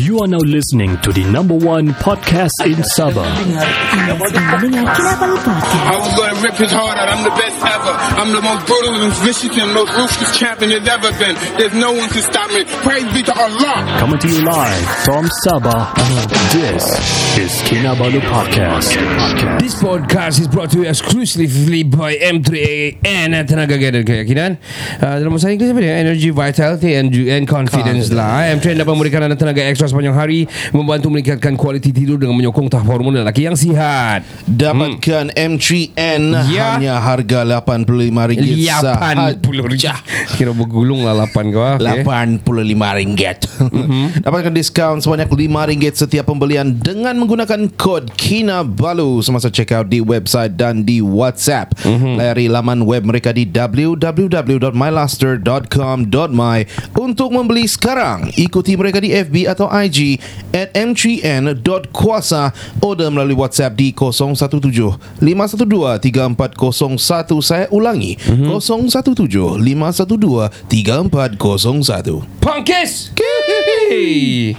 You are now listening to the number one podcast in Sabah. Anda sedang mendengar Kinabalu Podcast. I was gonna rip his heart out. I'm the best ever. I'm the most brutal and vicious and most ruthless champion there's ever been. There's no one to stop me. Praise be to Allah. Coming to you live from Sabah. This is Kinabalu Podcast. This podcast is brought to you exclusively by M3AN dan Tenaga Garden Keyakinan. Uh, dalam masa ini siapa dia? Energy, vitality and, and confidence lah. M3AN dapat memberikan anda tenaga ekstra sepanjang hari, membantu meningkatkan kualiti tidur dengan menyokong tahap hormon lelaki yang sihat. Dapatkan M3N Hmm. Ya. hanya harga RM85 sahaja. Lapan puluh ringgit. Kira bergulung lah lapan kau. ah. Okay. RM85 Hmm. Dapatkan diskaun sebanyak RM5 setiap pembelian Dengan menggunakan kod KINABALU Semasa check out di website dan di WhatsApp Hmm. Layari laman web mereka di www.mylaster.com.my Untuk membeli sekarang Ikuti mereka di FB atau IG At m3n.kuasa Order melalui WhatsApp di 017 512 3401 Saya ulangi 017 512 3401 Punkis! Hey!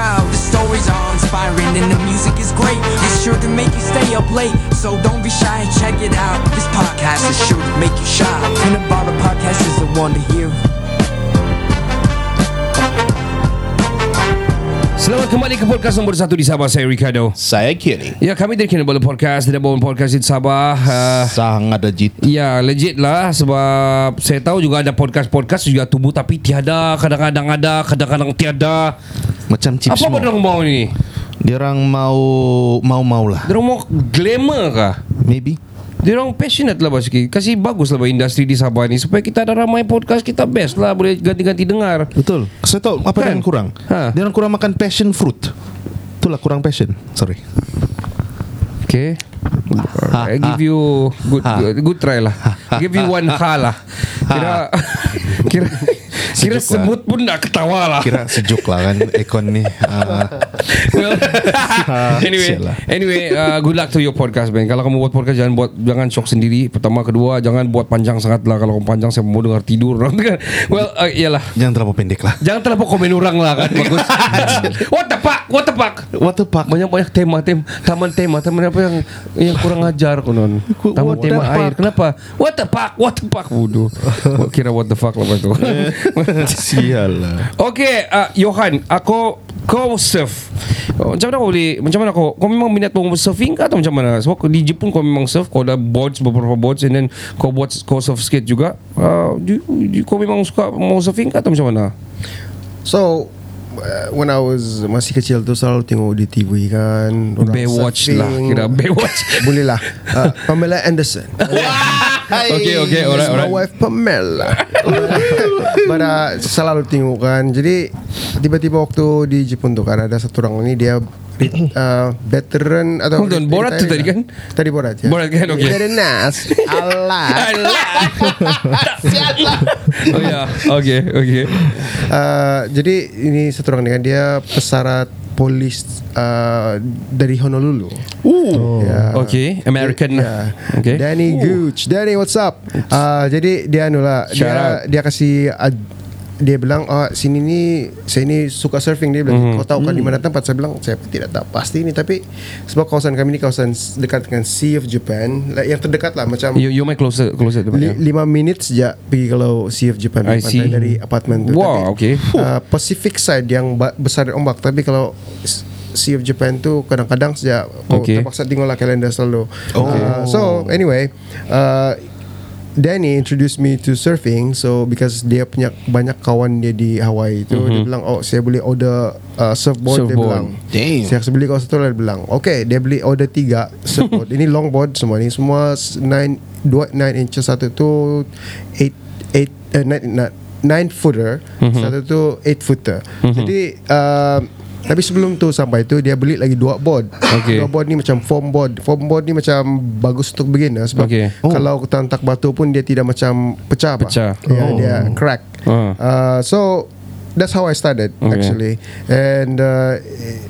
The stories are inspiring and the music is great. It's sure to make you stay up late. So don't be shy and check it out. This podcast is sure to make you shy. Cannabolic podcast is the one to hear. Selamat kembali ke podcast nombor satu di Sabah. Saya Ricardo. Saya kini Ya, kami dari Kinabalu Podcast. Tidak bawa podcast di Sabah. Uh, Ah, sangat legit. Ya legit lah Sebab Saya tahu juga ada podcast-podcast Juga tumbuh tapi tiada Kadang-kadang ada Kadang-kadang tiada Macam Chips chips Apa kau semua. orang mau ni? Dia orang mau mau maulah. Dia orang mau glamour kah? Maybe. Dia orang passionate lah Basuki Kasih bagus lah buat industri di Sabah ni Supaya kita ada ramai podcast Kita best lah Boleh ganti-ganti dengar Betul. Saya tahu apa Kan? yang kurang. Ha. Dia orang kurang makan passion fruit. Itulah kurang passion. Sorry. Okay I give you good good try lah Give you one Ha, ha lah Kira Kira Kira Sejuk lah. semut pun nak ketawa lah Kira sejuk lah kan ekon ni. Ah, Well, anyway, sial lah. anyway, uh, good luck to your podcast man. Kalau kamu buat podcast jangan buat jangan shock sendiri. Pertama, kedua, jangan buat panjang sangat lah. Kalau kamu panjang saya mau dengar tidur. well, uh, iyalah. jangan terlalu pendek lah. Jangan terlalu komen orang lah kan bagus. What the fuck? What the fuck? What the fuck? Banyak-banyak tema tema taman tema taman apa yang yang kurang ajar konon. Ku- Taman what the tema fuck? air. Kenapa? What the fuck? What the fuck? Bodoh. Kira what the fuck lah itu. Sial lah. Okay, uh, Johan, aku kau surf. Oh, Macam mana kau boleh Macam mana kau Kau memang minat tengok surfing ke Atau macam mana Sebab kau- di Jepun kau memang surf Kau ada boards Beberapa boards And then kau buat Kau surf skate juga uh, do, do, Kau memang suka Mau surfing ke Atau macam mana So uh, When I was Masih kecil tu Selalu tengok di TV kan orang Baywatch surfing. lah Kira Baywatch Boleh lah uh, Pamela Anderson Okay okay Yes, Alright My alright wife Pamela But uh, Selalu tengok kan Jadi Tiba-tiba waktu Di Jepun tu kan Ada satu orang ni Dia uh, Veteran atau Hold on, Borat tu tadi kan? Tadi Borat ya Borat kan, okay. Very nice Allah lah. Oh ya Okay okay Uh, jadi ini satu orang dengan dia pesarat polis uh, dari Honolulu. Ooh. Okay American Uh, Yeah. Okay Danny Gooch. Danny, what's up? Uh, jadi dia anu lah Shout dia dia kasih uh, dia bilang oh, sini ni saya ni suka surfing dia bilang kau tahu kan di mana tempat saya bilang saya tidak tahu pasti ini tapi sebab kawasan kami ini kawasan s- dekat dengan Sea of Japan lah, yang terdekat lah macam You, you might closer Closer tu Li, lima minit sejak pergi kalau Sea of Japan I pantai see. dari apartemen tu. Wow, okay. Uh, Pacific side yang ba- besar dan ombak, tapi kalau S- Sea of Japan tu kadang-kadang sejak kau Okay. Oh. terpaksa tinggallah kalender selalu. Uh, so anyway, uh, Danny introduced me to surfing so because dia punya banyak kawan dia di Hawaii itu dia bilang oh saya boleh order uh, Mm-hmm. surfboard, dia Surfboard. bilang Damn. saya beli kau satu lah dia bilang okay dia beli order tiga surfboard ini longboard semua ni semua 9 2 9 inches satu tu 8 8 eh, 9 not nine footer Satu tu eight footer Jadi um, tapi sebelum tu sampai tu Dia beli lagi dua board Okay. Dua board ni macam foam board Foam board ni macam Bagus untuk beginner Sebab Okay. okay. oh. kalau kita hantar batu pun Dia tidak macam pecah apa. Pecah. yeah, oh. Dia crack Ah. uh, So That's how I started Okay. okay. actually And uh,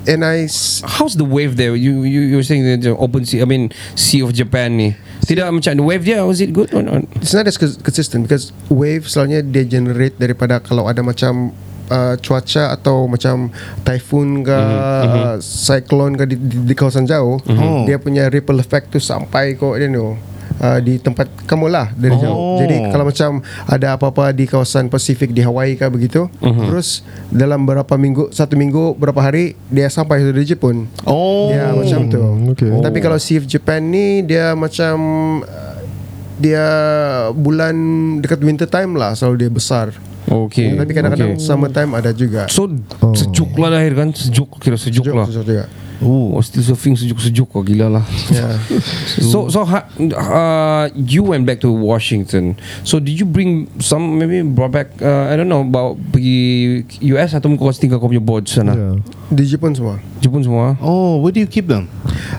And I s- How's the wave there? You you you were saying the open sea. I mean Sea of Japan ni. Tidak macam the wave dia. Was it good or not? It's not as cons- consistent because wave selalunya dia generate daripada kalau ada macam uh, cuaca atau macam typhoon ke uh, cyclone ke di, di, di kawasan jauh Mhm. dia punya ripple effect tu sampai kok you know Uh, di tempat kamu lah dari oh. jauh. Jadi kalau macam ada apa-apa di kawasan Pasifik di Hawaii ke begitu, terus dalam berapa minggu, satu minggu berapa hari dia sampai sudah di Jepun. Oh. Ya macam tu okay. oh. Tapi kalau Sea of Japan ni Dia macam uh, Dia Bulan Dekat winter time lah Selalu dia besar Okay. Tapi kadang-kadang Okay. Summer time ada juga So oh. sejuk lah lahir kan Sejuk kira sejuk, Sejuk, lah sejuk juga Oh still surfing sejuk-sejuk kok Gila lah Ya So so ha- uh, You went back to Washington So did you bring Some maybe brought back uh, I don't know bawa Pergi US Atau kau tinggal kau punya board sana yeah. Yeah. Di Jepun semua Jepun semua Oh, where do you keep them?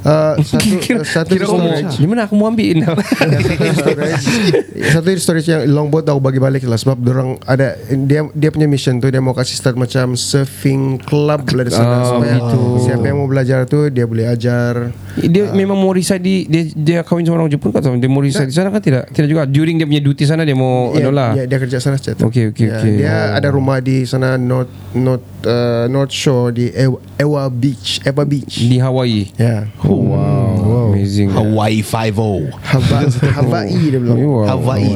uh, Satu uh, Satu di kau mau- storage Di mana aku mau ambil Ya, Satu di storage Satu di storage yang Longboard aku bagi balik lah Sebab orang ada Dia dia punya mission tu Dia mau kasih start macam Surfing club lah di sana Ah, Supaya begitu. Siapa yang mau belajar tu Dia boleh ajar Dia memang mau reside di Dia, dia kahwin sama orang Jepun kan Dia mau reside di sana kan tidak Tidak juga During dia punya duty sana Dia mau yeah, Ya, lah ya, dia kerja sana saja. Okey, okey, okey. Dia Oh. ada rumah di sana North North uh, North Shore di Ewa, Ewa Beach, Ewa Beach. Di Hawaii Ya. oh, wow. Amazing Hawaii oh. 50. Hava, Hawaii dia bilang. Wow. Hawaii.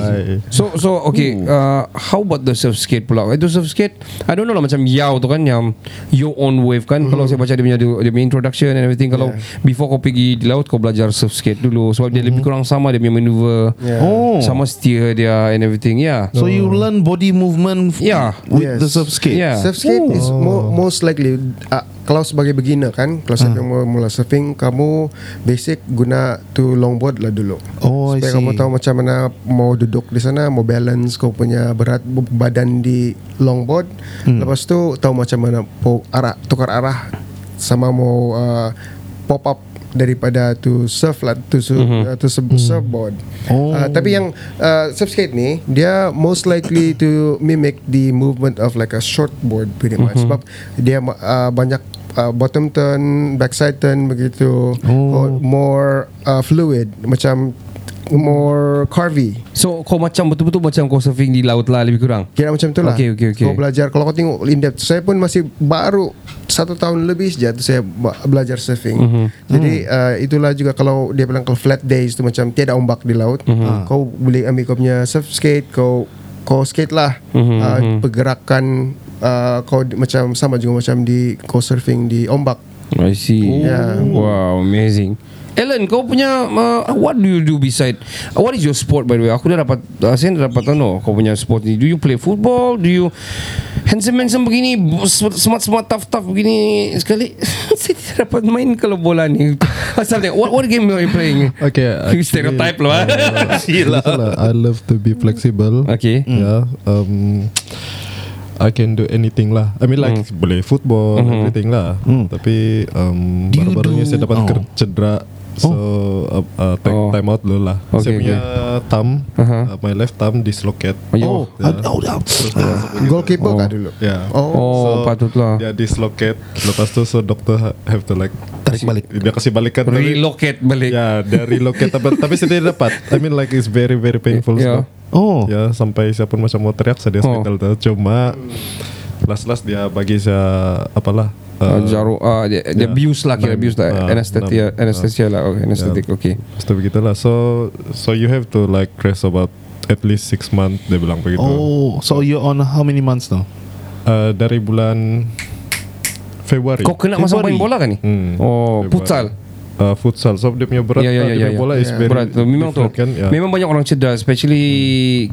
So so okay uh, How about the surf skate pula Itu surf skate I don't know lah Macam Yao tu kan Yang Your own wave kan Kalau saya baca dia punya Dia punya introduction and everything Kalau Before kau pergi di laut Kau belajar surf skate dulu Sebab dia lebih kurang sama Dia punya maneuver Yeah. Oh. Sama steer dia And everything Yeah So you learn body movement f- Yeah. with Yes. the surf skate. Yeah. Surf skate is Oh. mo- most likely uh, kalau sebagai beginner kan, kalau Hmm. siapa yang mau mula surfing, kamu basic guna tu longboard lah dulu. Oh, I see. Supaya kamu tahu macam mana mau duduk di sana, mau balance kau punya berat b- badan di longboard. Lepas tu tahu macam mana po, arah tukar arah sama mau uh, pop up daripada tu surf lah tu su, uh, tu surf- surfboard. Uh, tapi yang uh, surf skate ni dia most likely to mimic the movement of like a shortboard pretty much sebab dia uh, banyak uh, bottom turn, backside turn begitu oh. more uh, fluid macam more curvy. So kau macam Betul-betul macam kau surfing Di laut lah Lebih kurang Kira macam tu lah Okay, okay, okay. Kau belajar Kalau kau tengok in depth Saya pun masih baru Satu tahun lebih saja tu Saya ba- belajar surfing mm-hmm. Jadi uh, itulah juga Kalau dia bilang Kalau flat days tu Macam tiada ombak di laut mm-hmm. Kau boleh ambil kau punya surf skate Kau kau skate lah mm-hmm. uh, Pergerakan uh, Kau di- macam Sama juga macam di Kau surfing di ombak I see Yeah. Wow amazing Ellen kau punya uh, What do you do beside uh, What is your sport by the way Aku dah dapat uh, Saya dah dapat tahu no, Kau punya sport ni Do you play football Do you Handsome-handsome begini Smart-smart Tough-tough begini Sekali Saya tidak dapat main Kalau bola ni Something what, what game are you playing Okay. uh, You stereotype lah Gila. lah. I love to be flexible. Okay. Mm. Yeah. Um, I can do anything lah. I mean like Hmm. boleh football, everything lah. Tapi um, Hmm. Do you baru-baru ni do- saya dapat oh. ker- cedera. So uh, uh, take Oh. time out dulu lah. Okay, saya punya thumb, Aha. uh, my left thumb dislocate. Oh, Yeah. Oh, no. Goalkeeper kah dulu Yeah. Oh, oh patutlah Dia dislocate Lepas tu so doktor ha- have to like Tarik balik. Dia kasih balikan tapi- Relocate balik Ya, dia relocate tapi, tapi saya tidak dapat. I mean like it's very very painful Yeah. yeah. Oh. Ya, sampai saya pun macam mau teriak saya di Oh. hospital tu. Cuma last-last dia bagi saya apalah. eh, Uh, jarum uh, the, the yeah. abuse lah kira abuse lah Ah, anesthesia enam. anesthesia lah okay anesthetic Yeah. okay Mesti begitulah. So so you have to like rest about at least six month dia bilang begitu. Oh, so you're on how many months now? Uh, dari bulan Februari. Kau kena masa Februari. main bola kan ni? Hmm. Oh, Februari. futsal. Uh, futsal so dia punya berat Ya ya uh, ya dia ya. punya bola ya. is very Berat tu memang tu. different kan Ya. Hmm. Memang banyak orang cedera especially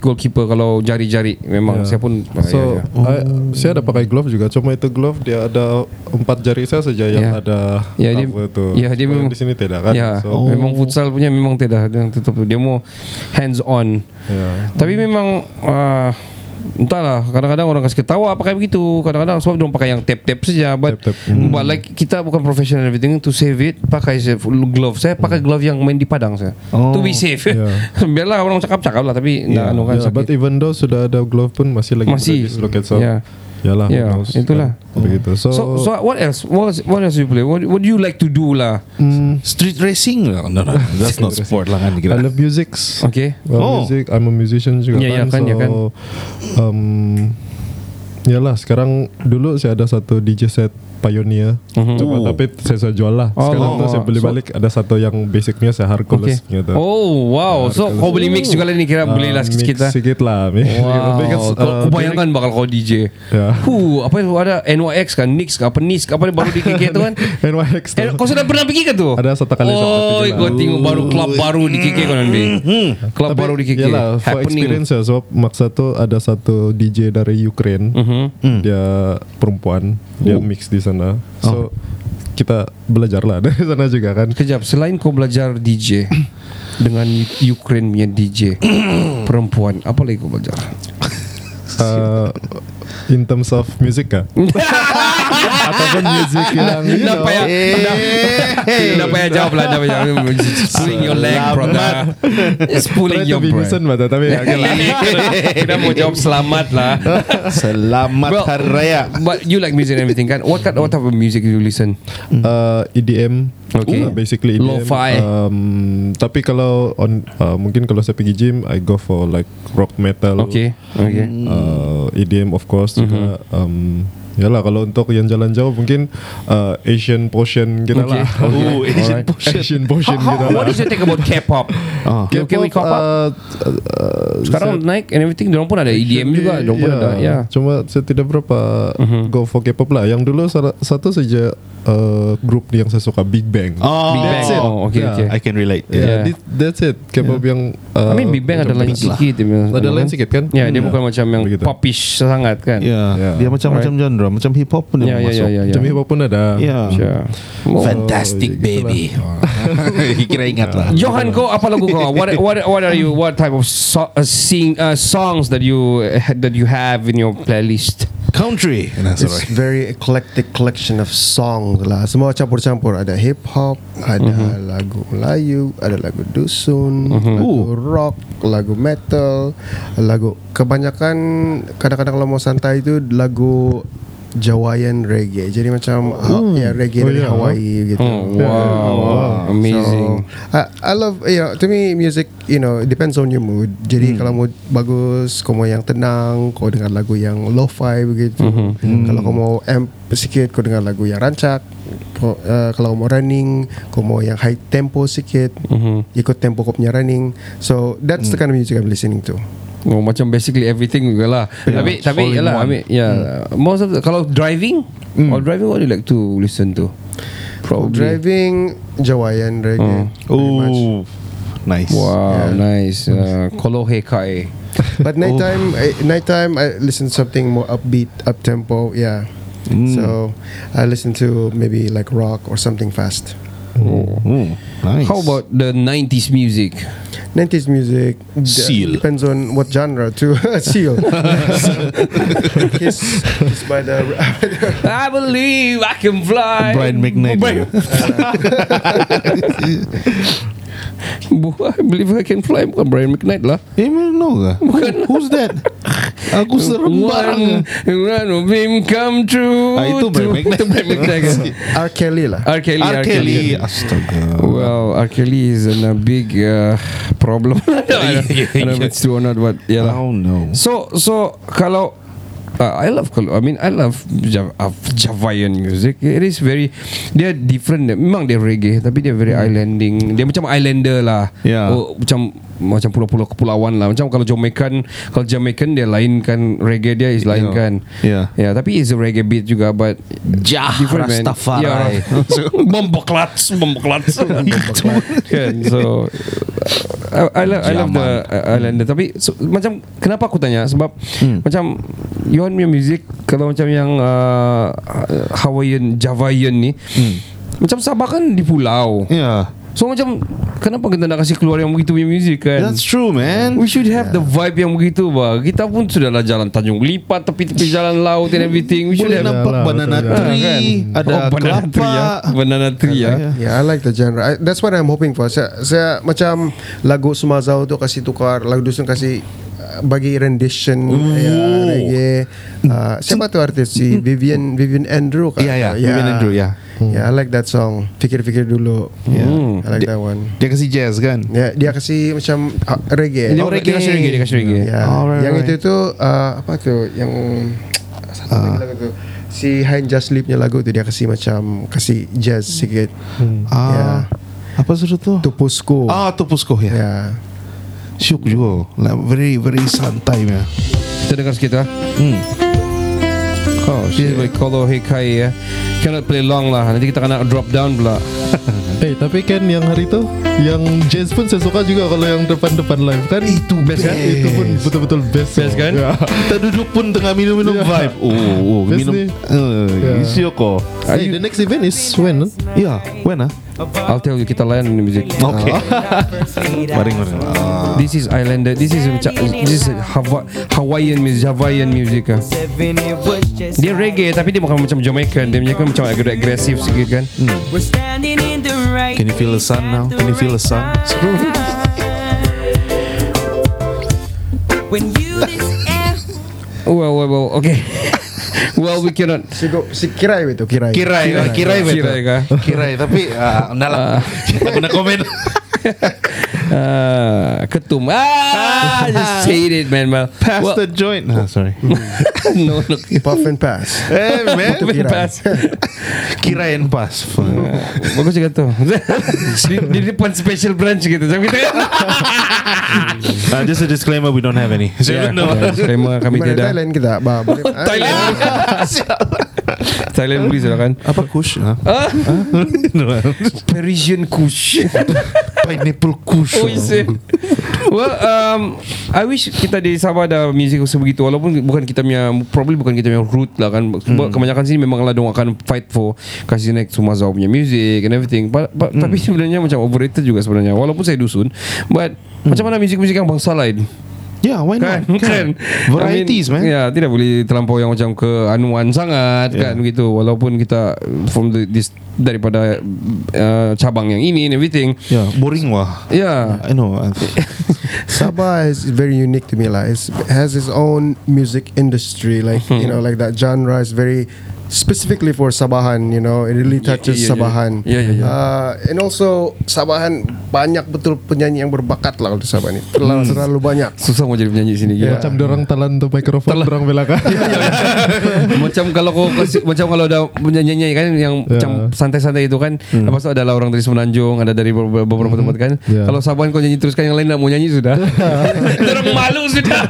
goalkeeper kalau jari-jari memang saya pun ah, So ya, ya. I, saya ada pakai glove juga, cuma itu glove dia ada empat jari saya saja Ya. yang ada Ya, dia- cover tu. ya, dia Kalau memang- di sini tidak kan. Ya, So, oh. memang futsal punya memang tidak ada yang tutup dia mau hands on. ya. Tapi memang uh, Entahlah Kadang-kadang orang kasi ketawa Pakai begitu Kadang-kadang sebab Mereka pakai yang tap-tap saja But, Tap-tap. Hmm. but like Kita bukan professional and everything To save it Pakai saya full glove Saya pakai Hmm. glove yang main di padang saya To Oh, be safe yeah. Biarlah orang cakap-cakap lah Tapi yeah. nah, anu kan yeah, sakit ya. but even though sudah ada glove pun masih lagi Masih. boleh dislocate so Yeah. yalah who Yeah, knows, itulah. kan? begitu so, So, so what else? What else- what else you play? What what do you like to do lah? Street racing lah. No, no, that's not sport lah kan I kira. love musics Okay. Well, Oh. music I'm a musician juga Ya, ya, kan, ya, kan, so kan. um, Yalah sekarang Dulu saya ada satu DJ set Pioneer Cuma, Oh. Tapi saya, saya jual lah Sekarang Mhm. Oh. tu saya beli So- balik Ada satu yang basicnya saya Okay. Hercules punya tu Oh wow. So kau boleh mix juga lah ni kira boleh lah Ah, sikit-sikit lah. mix Sikit lah mix. Tapi kan, Wow. uh, Kau kau bayangkan bakal kau DJ. Ya. Huh, apa itu ada NYX kan, NYX kan, apa NYX kan, apa baru di KK tu kan. NYX tu Eh, kau sudah pernah pergi ke tu? Ada satu kali saya pernah Oh, pergi lah. kau tengok baru klub baru di KK kau nanti. Klub Lah, Tapi, baru di KK. Yalah, for experience lah Sebab maksa tu Ada satu DJ dari Ukraine Mhm. Dia perempuan Oh. Dia mix di sana So Kita belajar lah Dari sana juga kan Kejap, selain kau belajar DJ dengan Ukraine punya DJ perempuan, apa lagi kau belajar? uh, In terms of music kah? Ataupun music yang you Dah know payah dah- Eh. Dah payah jawab lah Dah payah Swing your leg brother It's pulling Try to your be decent breath mata Tapi okay lah Kita mau jawab selamat lah Selamat Well- Hari Raya. But you like music and everything kan What kind, what type of music you listen? uh, EDM Okay. Uh, basically EDM Lo-fi. um, tapi kalau on uh, mungkin kalau saya pergi gym I go for like rock metal Okay Okay uh, EDM of course juga Mhm. um, Yalah kalau untuk yang jalan jauh mungkin uh, Asian portion kita Okay. lah Oh, Asian Alright. Asian portion How, kita lah Ah. what is your take about K-pop? You okay with K-pop? uh, Sekarang naik and everything Diorang pun ada EDM juga ya. Diorang pun ada yeah. iya, Cuma saya tidak berapa Mhm. Go for K-pop lah Yang dulu salah- satu saja uh, Grup yang saya suka Big Bang Oh, Big Bang. that's it. Oh, okay, Yeah. okay. I can relate. Yeah. Yeah, thi- that's it. K-pop yang uh, lah. I mean Big Bang ada lain sikit dia punya- Ada lain sikit kan? Ya, dia Hmm. bukan macam yang Begitu. popish sangat kan? Yeah. Dia macam-macam genre, macam hip hop pun Ya, ya, dia masuk. ya, ya. Macam hip hop pun ada. gitu Yeah. Yeah. Oh. Fantastic baby. Oh, Kira ingat lah. Johan kau apa lagu kau? What what what are you what type of so, uh, sing uh, songs that you eh, that you have in your playlist? Country. Nah, It's sorry. very eclectic collection of songs lah. Semua campur-campur. Ada hip hop, ada Mhm. lagu Melayu, ada lagu dusun, lagu rock, lagu metal, lagu kebanyakan kadang-kadang kalau mau santai itu lagu Jawaian reggae. Jadi macam uh, ya reggae Oh, dari ya. Hmm, Hawaii gitu. Oh, wow, Ah, amazing. So, I, I love you know, to me music you know it depends on your mood. Jadi kalau mood bagus, kau mau yang tenang, kau dengar lagu yang lo-fi begitu. Kalau kau mau amp sikit, kau dengar lagu yang rancak. Kau, uh, kalau kau mau running, kau mau yang high tempo sikit, ikut tempo kau punya running. So that's the kind of music I'm listening to. Oh, macam basically everything juga lah. tapi tapi all in yalah, I one. Hmm. mean, yeah. Most of the, kalau driving, or driving what do you like to listen to? Probably. Driving Jawaian reggae. very much. Oh, nice. Wow, Yeah. nice. Uh, Kolohe Kai. But nighttime, I, nighttime I listen to something more upbeat, up tempo. Yeah. So I listen to maybe like rock or something fast. Ooh, nice. How about the 90s music? 90s music d- Seal. depends on what genre too. Seal. kiss, kiss by the. I believe I can fly. Brian McKnight? Brian- I believe I can fly bukan Brian McKnight lah. Emil no ke? Who's that? Aku serem One, barang. one of him come true. Ah, itu Brian To- McKnight. to Brian McKnight kan? R. Kelly lah. R. Kelly. R. Kelly. Astaga. Well, R. Kelly is in a big uh, problem. I don't I don't know if it's true or not, but yeah. lah. Oh no. So, so kalau Uh, I love Kol- I mean I love Jav- uh, Javayan music It is very Dia different Memang dia reggae Tapi dia very islanding Dia macam islander lah Hmm. Yeah. oh, Macam Macam pulau-pulau kepulauan lah Macam kalau Jamaican Kalau Jamaican dia lain kan Reggae dia is lain Yeah. kan Yeah. yeah Tapi it's a reggae beat juga But Jah different man. Rastafari. Yeah. Bomboklats, bomboklats. kan. So I, I, love, I love the I love the tapi so, macam kenapa aku tanya sebab Hmm. macam Yohan punya music kalau macam yang Hmm. uh, Hawaiian Javaian ni macam Sabah kan di pulau. Yeah. So macam Kenapa kita nak kasih keluar Yang begitu punya music kan That's true, man. We should have yeah. the vibe yang begitu bah. Kita pun sudahlah jalan Tanjung Lipat, tepi-tepi jalan laut and everything. We should Boleh have nak- nampak Yalah, banana betul juga. tree, Ah, ada oh, banana kelapa. tree ya. Banana tree ya. Yeah, I like the genre. I, that's what I'm hoping for. Saya, saya macam lagu Sumazau tu kasih tukar, lagu Dusun kasih uh, bagi rendition ya, reggae. Uh, siapa tu artis si Vivian Vivian Andrew kan? Ya, ya, Vivian Andrew, ya. Yeah, I like that song. Fikir-fikir dulu. Yeah. I like that one. Hmm. Dia kasih jazz kan? Ya, dia kasih macam uh, reggae. Dia, Oh, dia kasih reggae, dia kasih reggae. Ya. Alright, yang alright. Ah. itu tu uh, apa tu yang satu lagi lagu tu. Si Hein Just Sleep punya lagu tu dia kasih macam kasih jazz sikit. Hmm. Ah, apa suruh tu? Tupusku. Ah, Tupusko ya. Ya. Syuk juga. Like very very santai ya. Kita dengar sikit ah. Oh, she's like Kolo Hikai ya. Cannot play long lah. Nanti kita kena drop down pula. Eh tapi kan yang hari itu Yang jazz pun saya suka juga Kalau yang depan-depan live kan Itu best kan? Itu pun betul-betul best Best kan? Ya. Kita duduk pun tengah minum-minum Ya. vibe. Oh, oh Best minum. ni. Eh, Ya. Isyoko. Hey, the next event is when? Ya, when ah? I'll tell you kita layan ini music. Okay. Baring baring. Ah. This is Islander. This is macam- this is Hawa- Hawaiian music, Hawaiian music ah. Dia reggae tapi dia bukan macam Jamaican. Dia punya kan macam agak agresif sikit kan. Hmm. Can you feel the sun now? Can you feel the sun? Well, well, well. Okay. well, we cannot. Si, go, si Kirai itu Kirai. Kirai, kirai, kirai, Kirai kirai, kah? kirai. Tapi ah, nak lah. Tak pernah komen. Ah, ketum. Ah, I just hate it, man. Well, Pass well, the joint. Ah, sorry. no, no. Puff and pass. Eh, man. Kirai. Pass. Kirai and pass. Bagus juga tu. di, di depan special branch gitu. Macam kita. kan? Uh, just a disclaimer, we don't have any. So Ya, ya, Disclaimer kami Mana tiada. Thailand kita? Ba, boleh. Ah, Thailand. Thailand boleh sudah kan. Apa kush? Huh? Parisian kush. Pineapple kush. Oh, is it? Well, um, I wish kita di Sabah ada music sebegitu walaupun bukan kita punya probably bukan kita punya root lah kan. Sebab kebanyakan sini memang lah dong akan fight for kasih naik semua Zaw punya music and everything. But, but, tapi sebenarnya macam overrated juga sebenarnya walaupun saya dusun. But macam mana music-music yang bangsa lain? Yeah, why Kan, not? kan. I Varieties, mean, man. Ya, tidak boleh terlampau yang macam ke anuan sangat yeah. kan begitu. Walaupun kita from the, this daripada uh, cabang yang ini and everything. Yeah, boring wah. Ya. Yeah. I know. I- Sabah is very unique to me lah. It's, it has its own music industry, like Hmm. you know, like that genre is very specifically for Sabahan. You know, it really Yeah, touches yeah, yeah. Sabahan. Yeah, yeah, yeah. Uh, and also Sabahan banyak betul penyanyi yang berbakat lah kalau di Sabah ini. Hmm. Terlalu, terlalu banyak. Susah mau jadi penyanyi sini Ya. gila. Ya. Macam dorang telan tu mikrofon dorang belakang. macam kalau kau kasi- macam kalau ada penyanyi kan yang Ya. macam santai-santai itu kan lepas tu adalah orang dari Semenanjung ada dari beberapa, beberapa tempat kan Ya. kalau Saban kau nyanyi terus kan yang lain nak mau nyanyi sudah orang malu sudah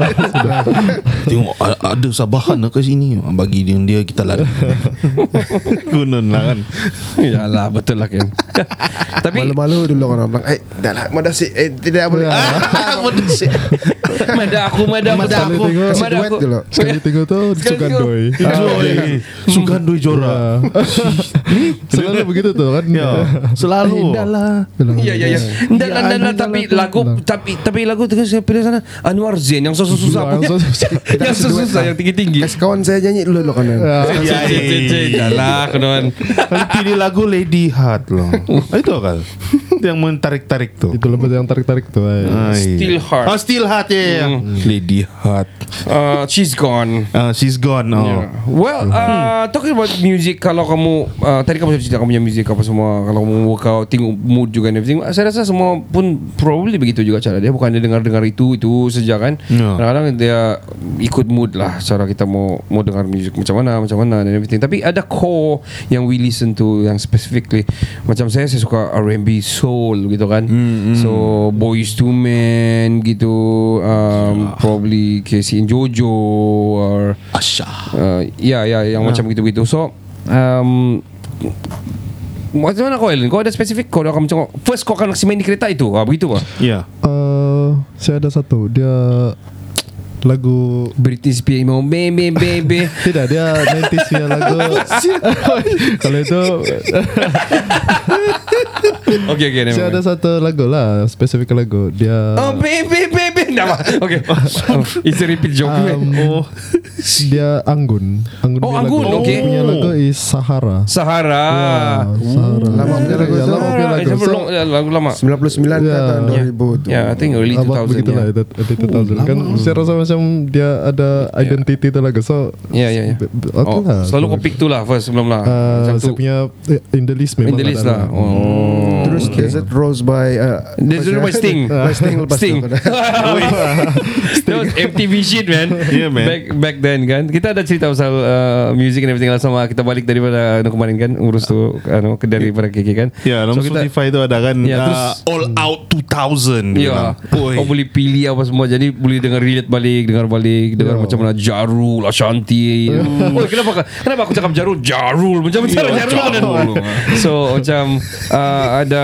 Tengok a- ada sabahan lah kat sini. Bagi dia dia kita lari. Gunun lah kan. Yalah betul lah kan tapi Malu-malu dulu orang bilang, eh, dah lah, mana sih, eh, tidak boleh. Ah, Bodoh sih. mada aku mada aku Mada aku. Kasih mada duet lah. aku dulu. Sekali tengok tu Kan Sekali sukan tengok. doi. Doi. Sukan doi jora. Ah. iya. Selalu begitu tu kan. Ya, selalu. Ya Iya, ya ya. Dan dan dan tapi lagu tapi tapi lagu terus saya pilih sana Anwar Zain yang susah-susah punya. yang susah-susah yang tinggi-tinggi. Kasih kawan saya nyanyi dulu loh kanan. Ya, Yalah kawan. Nanti dia lagu Lady Heart loh. Itu kan. Itu yang mentarik-tarik tuh. Itu lepas yang tarik-tarik tu. eh. Ay. Still Heart. Oh, Still Heart ya. ya. Lady Heart. Uh, she's gone. Ah, she's gone. Oh. Well, uh, talking about music, kalau kamu uh, tadi kamu sudah cerita kamu punya music apa semua, kalau kamu workout, tengok mood juga and everything. Saya rasa semua pun probably begitu juga cara dia. Bukan dia dengar-dengar itu itu saja kan. Ya. Kadang-kadang dia ikut mood lah cara kita mau mau dengar music macam mana, macam mana and everything. Tapi ada core yang we listen to yang specifically macam saya saya suka R&B soul gitu kan. So Boys to Men gitu, um, probably Casey and Jojo or Asha. Uh, ya ya Ah. yang macam gitu-gitu. So um, macam mana kau Ellen? Kau ada spesifik kau akan macam first kau akan kasi main di kereta itu. Ah begitu apa? Ya. Eh, saya ada satu dia lagu British Speak mau baby baby. tidak dia 90s punya lagu kalau itu Okey okey. saya ada nevermind. satu lagu lah spesifik lagu dia Oh baby baby. Nama. Okey. Oh, It's a repeat joke. Oh. um, man. dia anggun anggun Oh, punya Anggun, lagu. okay. punya lagu is Sahara Sahara. Sahara Lama punya lagu, Ya, lama punya lagu It's a So, long- Lagu Ah. lama. 99 ke Yeah. tahun 2000 tu. Yeah, I think early Abang 2000. begitulah yeah. yeah. Early 2000 Kan saya rasa macam Dia ada identity tu lagu So Ya ya ya. be- be- Okay Oh, lah selalu kau pick tu lah first sebelum lah. Uh, Macam saya tu. punya eh, in the In list memang the list ada lah. Oh. Terus Desert Rose by uh, Desert Rose by Sting. Nah, By Sting lepas Hmm. Nah, Sting. tu. That was MTV shit man. Yeah, man. Back back then kan. Kita ada cerita pasal uh, music and everything lah sama kita balik daripada anu kemarin kan urus tu anu ke daripada KK kan. Ya, dalam So, kita- Spotify tu ada kan Ya, ah, terus- All Out 2000 dia Ya, bilang. kau boleh pilih apa semua Jadi boleh dengar relate balik Dengar balik Dengar macam mana Jarul, Ashanti Oh kenapa Kenapa aku cakap Jarul Jarul Macam mana Ya, Jarul kan? Jarul. So macam uh, Ada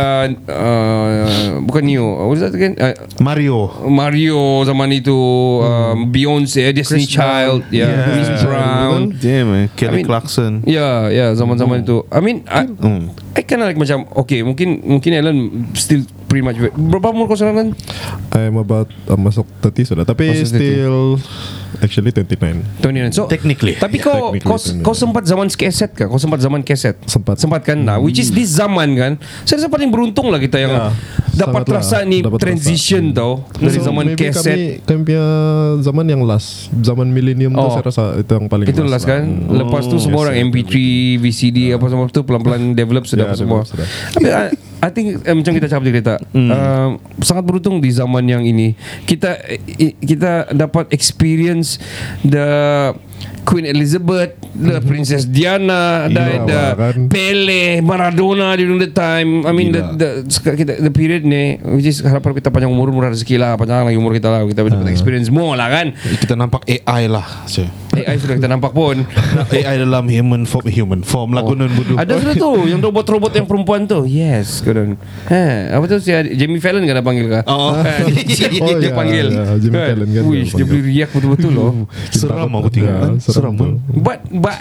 uh, Bukan Neo What is that again uh, Mario Mario zaman itu um, Beyonce Destiny Child Ya yeah, Chris Brown Yeah man eh. Kelly I mean- Clarkson Ya, ya zaman-zaman itu. I mean, I, I kind of like macam okay, mungkin mungkin Alan still pretty much berapa umur kau sekarang kan? I'm about uh, Masuk 30 sudah Tapi Masuk 30. still Actually 29 29. So Technically. Tapi kau Technically, kau technically. kau sempat zaman keset kah? Kau sempat zaman keset? Sempat. Hmm. Sempat kan? Nah, which is this zaman kan. Saya rasa paling beruntung lah kita yang Ya, dapat sangatlah. rasa ni Dapat Hmm. transition tau dari So, zaman maybe keset. kami, kami punya zaman yang last Zaman millennium tu Oh. saya rasa Itu yang paling Itu last kan lah. Hmm. Lepas tu semua orang MP3 VCD apa semua tu Pelan-pelan develop sudah Ya, apa semua develop Hmm. sudah. Tapi I, I think eh, Macam kita cakap tadi kereta uh, Sangat beruntung di zaman yang ini Kita i- Kita dapat experience The Queen Elizabeth The Princess Diana The, Gila, the Mm-hmm. kan? Pele Maradona During the time I mean the, Gila. the, seka- kita, the period ni Which is harapan kita panjang umur Murah rezeki lah Panjang lagi umur kita lah Kita dapat Ah. experience more lah kan Kita nampak AI lah Cik. AI sudah kita nampak pun AI dalam human form Human form lah Gunung Oh. budu Ada sudah tu Yang robot-robot yang perempuan tu Yes Kau dan ha, Apa tu si Jamie Fallon kan dia panggil kah Oh. Dia, Oh, dia ya, panggil ya, Jimmy Kan? Fallon kan dia Wish, Dia panggil. boleh riak betul-betul loh Seram aku tinggal Ya, Seram tu. pun But, but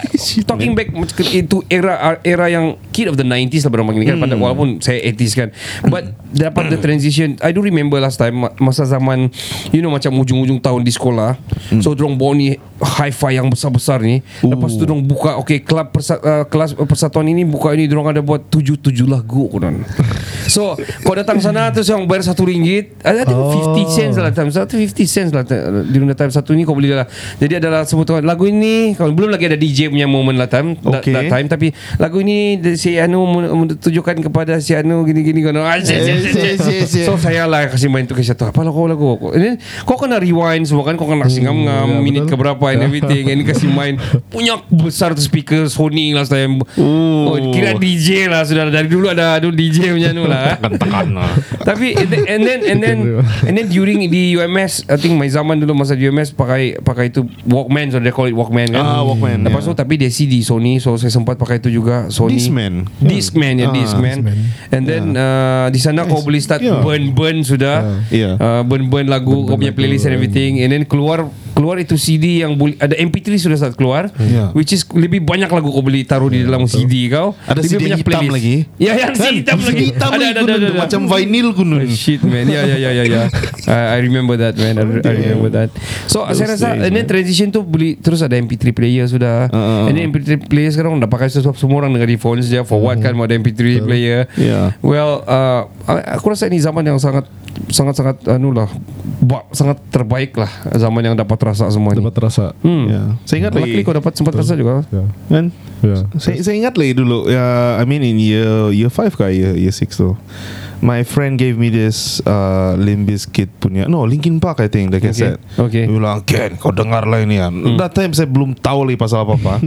talking back ke- itu era era yang kid of the 90s lah berang panggil kan pada walaupun saya 80s kan but dapat the transition I do remember last time ma- masa zaman you know macam ujung-ujung tahun di sekolah so dorong bawa ni hi-fi yang besar-besar ni lepas tu dorong buka okay club persa- uh, kelas persatuan ini buka ini dorong ada buat tujuh-tujuh lagu konon so kau datang sana terus yang bayar satu ringgit I think 50 cents lah time satu 50 cents lah time, di dunia time satu ni kau beli lah jadi adalah sebut tu, lagu ini kalau belum lagi ada DJ punya moment lah time that, Okay. that time tapi lagu ini dia- si Anu men- menunjukkan kepada si Anu gini-gini kau ah, si, si, si, si, si. so saya lah kasih main tu ke satu apa lah kau lagu aku ini kau kena rewind semua kan kau kena kasih ngam-ngam ya, minit betul. keberapa and everything ini kasih main punya besar tu speaker Sony last time Hmm. oh, kira DJ lah sudah dari dulu ada dulu DJ punya Anu lah Tekan lah tapi and then and then and then, and then during di UMS I think my zaman dulu masa di UMS pakai pakai itu Walkman so they call it Walkman kan. Ah, Walkman, Lepas yeah. tu tapi dia CD Sony so saya sempat pakai itu juga Sony. Discman. Discman ya Ah, Discman. And then uh, di sana kau boleh start Yeah. burn burn sudah. Yeah. Uh, burn burn lagu kau punya playlist and everything and then keluar keluar itu CD yang boleh ada MP3 sudah start keluar Yeah. which is lebih banyak lagu kau boleh taruh di dalam CD kau. Ada lebih CD banyak hitam playlist. lagi. Ya yang CD hitam lagi. Hitam Ada, lagi ada, ada, gunung ada, tu, ada. Macam vinyl gunung Oh, shit man Yeah yeah yeah yeah, yeah. I, I remember that man I, I remember that So Those saya rasa days, And then transition tu beli Terus ada MP3 player Ah, sudah uh, And then MP3 player sekarang Dah pakai sesuap Semua orang dengan di phone saja For what kan Mau ada MP3 player Mm-hmm. Yeah. Well uh, I- Aku rasa ini zaman yang sangat Sangat-sangat Anu lah ba- Sangat terbaik lah Zaman yang dapat rasa semua ni Dapat terasa Hmm. Ya. Saya ingat Luckily lagi kau dapat sempat rasa juga Ya Kan Ya Saya, saya ingat lagi dulu ya, I mean in year year 5 kah year, year 6 tu My friend gave me this uh, Limp Bizkit punya No Linkin Park I think The cassette Okay. Dia bilang Ken kau dengar lah ini kan That time saya belum tahu lagi pasal apa-apa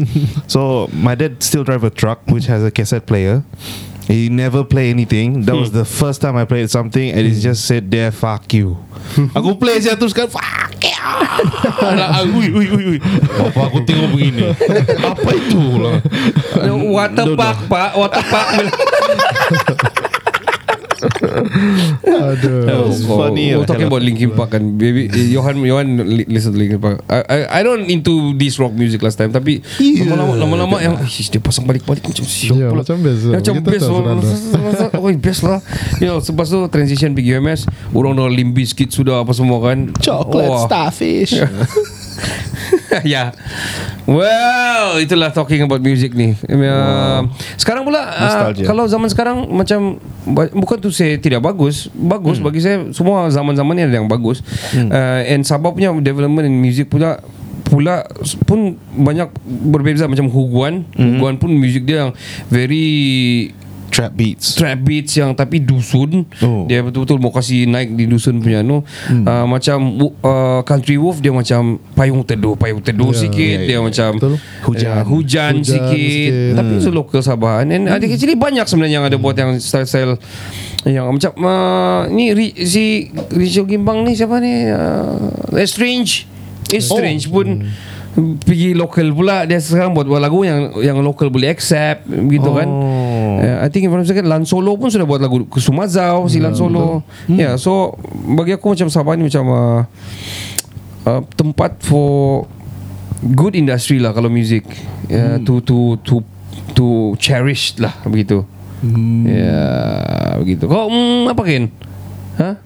So my dad still drive a truck Which has a cassette player He never play anything That was the first time I played something And he just said there fuck you Aku play saja terus kan Fuck you Lah, Ui ui ui ui Bapak aku tengok begini Apa itu lah Waterpark pak Waterpark Oh. Aduh. was funny, We're ah. talking about Linkin Park kan Baby Johan Johan li- listen to Linkin Park I, I, I don't into this rock music last time Tapi Lama-lama Lama-lama yang, "Ish, Dia pasang balik-balik Macam siapa Ya, lah macam best lah. Macam Kita best tak lah senang Oh best lah You know Lepas tu transition pergi UMS Orang dah limbi sikit Sudah apa semua kan Wah. starfish. yeah. Ya. Well, itulah talking about music ni. Um, wow. Sekarang pula uh, Nostalgia. kalau zaman sekarang macam ba- bukan tu saya tidak bagus, bagus bagi saya semua zaman-zaman ni ada yang bagus. Uh, and Sabah punya development in music pula pula pun banyak berbeza macam Huguan. Huguan pun music dia yang very Trap beats. trap beats yang tapi dusun oh. Oh. dia betul-betul mau kasih naik di dusun punya no hmm. uh, macam uh, country wolf dia macam payung teduh payung teduh yeah, sikit yeah, dia yeah, macam Betul. ya, hujan uh, hujan, Hujan sikit, sikit. tapi itu local Sabah and then ada actually banyak sebenarnya yang ada buat yang style-style yang macam uh, ni Ri, si Rizal Gimbang ni siapa ni uh, Estrange Estrange oh. pun pergi lokal pula dia sekarang buat, buat lagu yang yang lokal boleh accept gitu oh. kan uh, I think if I'm not mistaken, Lan Solo pun sudah buat lagu ke Sumazau si Lan Solo ya yeah, so bagi aku macam Sabah ni macam uh, uh, tempat for good industry lah kalau music uh, to to to to cherish lah begitu hmm. ya yeah, begitu kau mm, apa kin Huh?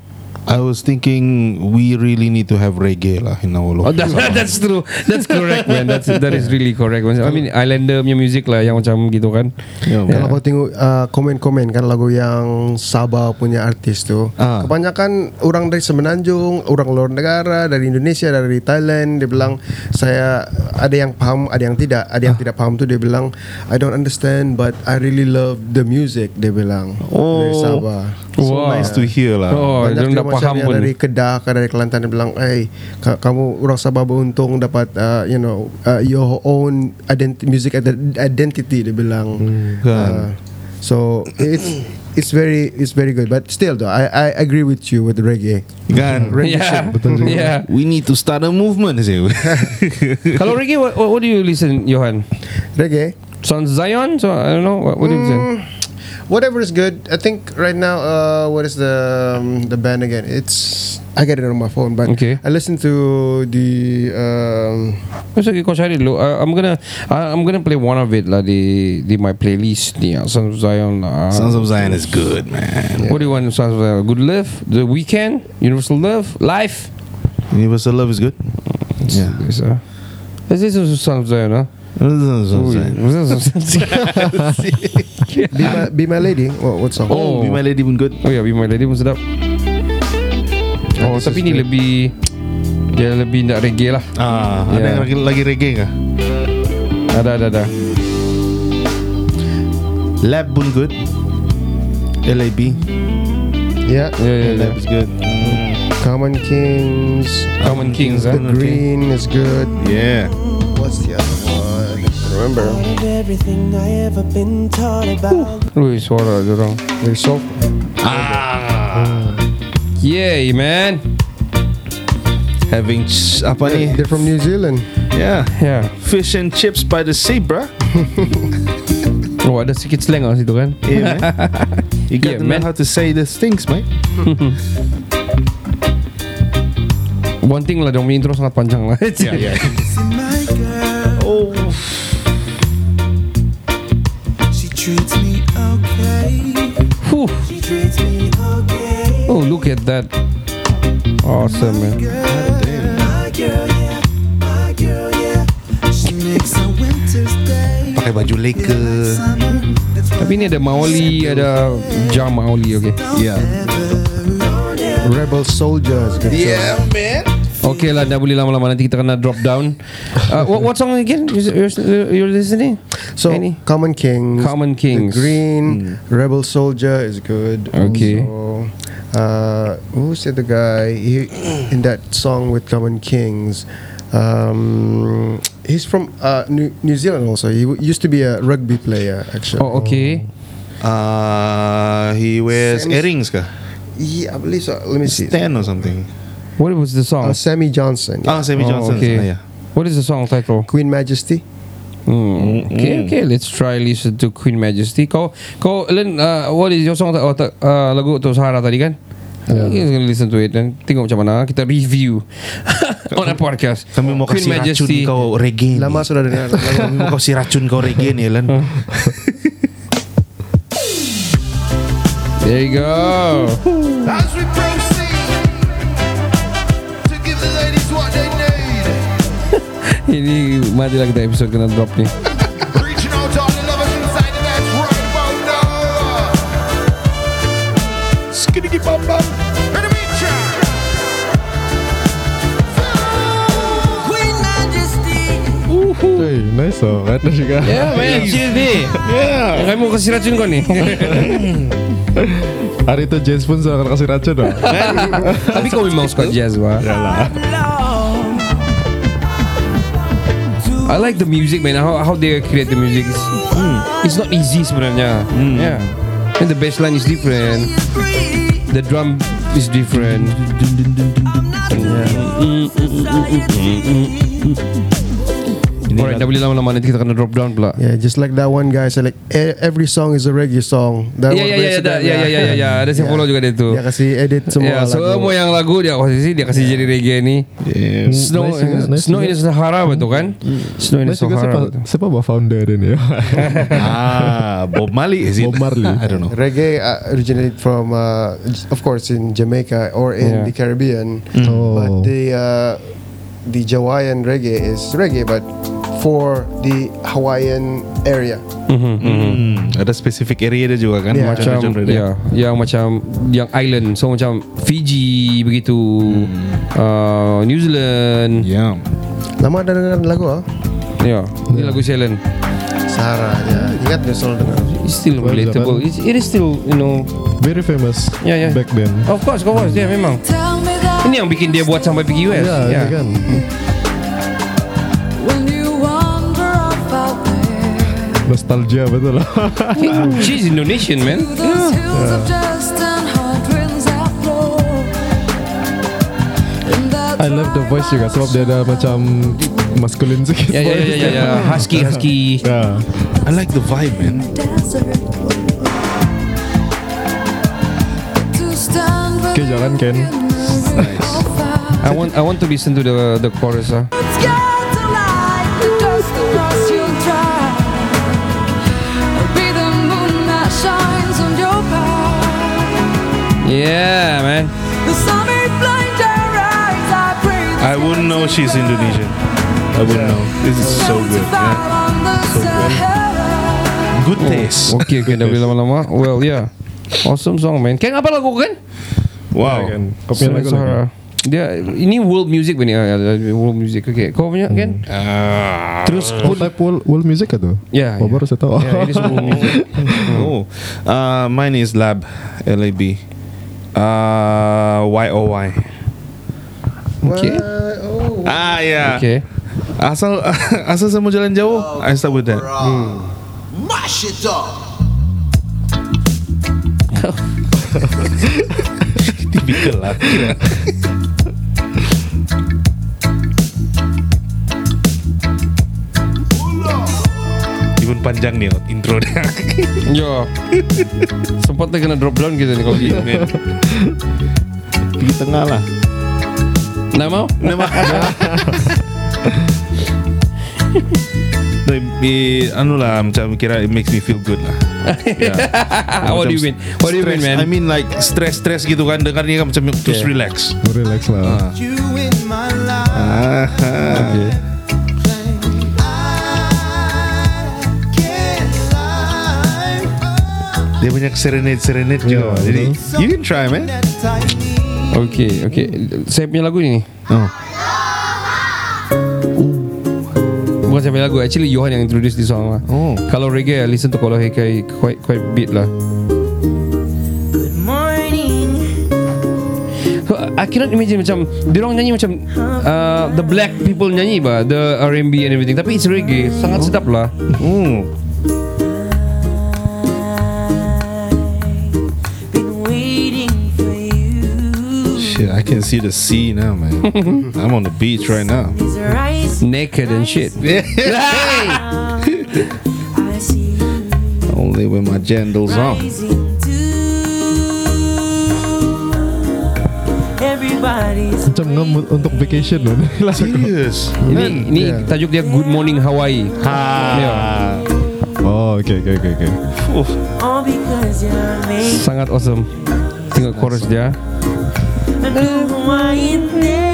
I was thinking we really need to have reggae lah in our Oh, local. that, that's true. That's correct, man. That's that is really correct. Man. I mean, Islander punya music lah yang macam gitu kan. Kalau kau tengok uh, komen-komen kan lagu yang Sabah punya artis tu Ah. Kebanyakan orang dari Semenanjung Orang luar negara Dari Indonesia, dari Thailand Dia bilang Saya Ada yang paham, ada yang tidak Ada yang tidak paham tu dia bilang I don't understand But I really love the music Dia bilang Dari Oh. Sabah So Wow. nice to hear lah. Oh, dia Banyak orang juga dah macam faham yang pun. dari Kedah kan dari Kelantan dia bilang, "Hey, ka- kamu orang Sabah beruntung dapat uh, you know uh, your own identi- music ide- identity," dia bilang. Hmm, kan. Uh, so it's it's very it's very good, but still though I I agree with you with reggae. Kan? Yeah. yeah. We need to start a movement sih. Kalau reggae, what, what do you listen, Johan? Reggae, Sounds Zion? So I don't know. What, what do you listen? whatever is good. I think right now uh, what is the um, the band again? It's I get it on my phone, but Okay. I listen to the um, It's okay, kau cari dulu. Uh, I'm gonna uh, I'm gonna play one of it lah di di my playlist ni. Uh, Sounds of Zion lah. Sons of Zion is good, man. What do you want? Sounds of Zion. Good Love, The Weekend, Universal Love, Life. Universal Love is good. Yeah. Yes, uh, This is also Sounds of Zion, huh? Sons of Ui. Zion. Be My, Be My Lady. What, what song? Oh. Be My Lady pun good. Oh ya, yeah, Be My Lady pun sedap. Oh, tapi ni lebih dia lebih nak reggae lah. Ah, ada Yeah. yang lagi, lagi reggae kah? Ah. Ada ada ada. Lab pun good. LAB. Ya Yeah. ya ya. Lab is good. Mm. Common Kings. Common Kings The ah. Green is good. Yeah. What's the other one? Remember? Everything I ever been taught about. Ui, suara dia orang. Very soft. Yay, man. Having ch- apa ni? They're from New Zealand. Yeah. Yeah. Fish and chips by the sea, bruh. Oh, ada sikit slang lah situ kan. Yeah, man. You Yeah, got to know man. how to say these things, mate. One thing lah, dia punya intro sangat panjang lah. Ya, yeah, yeah. My girl, Oh. she treats me okay. She treats me okay. Oh, look at that. Awesome, My man. girl, yeah. My girl, yeah. She makes a winter's day. Pakai baju leka. Summer, that's Tapi ni ada Maoli, ada Jam Maoli, okay. Yeah. Rebel Soldiers. Good Yeah, man. Okay lah, dah boleh lama-lama nanti kita kena drop down. Uh, what, what song again? You- You're, you're listening? song. So Any? Common Kings. Common Kings. Hmm. The Green. Rebel Soldier is good. Okay. Also, uh, who's the other guy he, in that song with Common Kings? Um, he's from uh, New, New Zealand also. He w- used to be a rugby player actually. Oh, okay. Uh, he wears Sam's- earrings kah? Yeah, I believe so. Let me see. Stan or something. What was the Uh, song? Sammy Johnson. Ah, Sammy Oh, Johnson. okay. Ah, yeah. What is the song title? Queen Majesty. Hmm. Okay, okay. Let's try listen to Queen Majesty. Kau, kau, Len, uh, what is your song? Oh, tak, uh, lagu tu Sahara tadi kan? Ya. Yeah. Kita gonna listen to it dan tengok macam mana kita review on a podcast. Kami mau Queen kasih racun Majesty. kau reggae ni. Lama sudah dengar. Kami mau kasih racun kau reggae ni Lan There you go. As we proceed to give the ladies what they need, Ini matilah kita episode kena drop ni. reaching out to all the lovers inside, and that's right about now. Skiddy bum bum, and a beat Queen Majesty. Hey, nice lah. Ada juga. Yeah, man. Ya, Cheers ni. Ya. Yeah. Kami mau kasih racun kau ni. Hari itu James pun saya akan kasih racun lah. Tapi kau memang suka jazz, wah. Ya. I like the music, man. How how they create the music. It's, it's not easy sebenarnya. Hmm. Yeah. And the bass line is different. The drum is different. Alright, dah boleh lama-lama nanti kita kena drop down pula. Yeah, just like that one guy said, like e- every song is a reggae song. That Ya ya ya one guy ya said that, ya ya ya ya. Ada saya Yeah. uh, follow juga dia tu. Dia kasih edit semua Ya, semua yang lagu dia oh, sih dia kasih jadi reggae ni. Snow Nice juga, nice Snow in juga. the Sahara betul kan? Snow in the Nice juga Sahara. siapa betul. siapa bah founder ya? dia ni. Ah Bob Marley is it? Bob Marley. I don't know Reggae uh, originated from, uh, of course, in Jamaica or Yeah. in the Caribbean. Oh. But the uh, the Jawaiian reggae is reggae, but for the Hawaiian area. Hmm, Ada specific area dia juga kan Yeah. Macam genre dia. ya, yang macam yang island. So macam Fiji begitu. Hmm. Uh, New Zealand. Yeah Lama ada dengar lagu ah? Ya, ini lagu Zealand. Sahara. Ya. Ingat dia selalu dengar. It's still Well, relatable. Zealand. It's, it is still, you know, Very famous Ya, ya. back then. of course, of course, dia yeah, memang. Tell me that Ini yang bikin dia buat sampai pergi US. Ya, ya kan. when you wander off out there. Nostalgia betul lah. She's Indonesian, man. Through those hills of dust and hard winds that blow. And that's I love the voice juga sebab dia ada macam masculine sikit. Ya, ya, ya, ya, ya. Husky, husky. Ya. I like the vibe man desert. To stand with Okay, jalan Ken. I want, I want to listen to the the chorus ah. It's got to light the dust across your drive. Be the moon that shines on your path. Yeah, man. The sun may blind our eyes. I breathe. I wouldn't know she's Indonesian I wouldn't know This is so good yeah. On the Sahara. Good taste Okay, okay, dah boleh lama-lama. Well, yeah. Awesome song, man. Kan apa lagu kan? Wow Kan. Kau punya lagu Sahara. lah. Dia ini world music punya ya, ya, world music. Okay, kau punya Hmm. kan? Ah. Terus Kau Uh, type world, world music ke tu? Ya, Oh, ya. baru saya tahu. yeah, ini semua music. Oh, uh, mine is Lab, L A B, uh, Y O Y. Okay. Ah yeah. Okay. Asal asal saya mau jalan jauh, I start with that. Hmm. Mash it up. Typical lah. Even panjang nih intro dia. Yo. Sempatnya kena drop down kita nih kalau gitu. Di tengah lah. Nak mau? Nama. Tapi eh, anu lah macam kira it makes me feel good lah. Ah, what do you mean? What do you mean, man? I mean like stress stress gitu kan dengarnya kan macam just relax. Relax Ah. lah. You in my life. Okay. I can't lie. Dia banyak serenade serenade juga. Yeah, Jadi you can try man. That I need. Okay, okay. Saya punya lagu ini. Oh. Bukan saya punya lagu. Actually, Johan yang introduce this song lah. Oh. Kalau reggae, I listen to kalau reggae quite quite beat lah. So, I cannot imagine macam Diorang nyanyi macam uh, The black people nyanyi bah The R&B and everything Tapi it's reggae Sangat sedap lah Hmm. Shit, I can see the sea now, man. I'm on the beach right now. Naked and shit Yeah. Hey I see you Only with my genitals on. rising too. Everybody's Macam ngam untuk vacation kan. Serious. Ini, ini tajuk dia Good Morning Hawaii. Ha. Ya. Oh, okay, okay, okay, okay. all because you're made Sangat awesome. Tinggal chorus dia. a new Hawaiian day.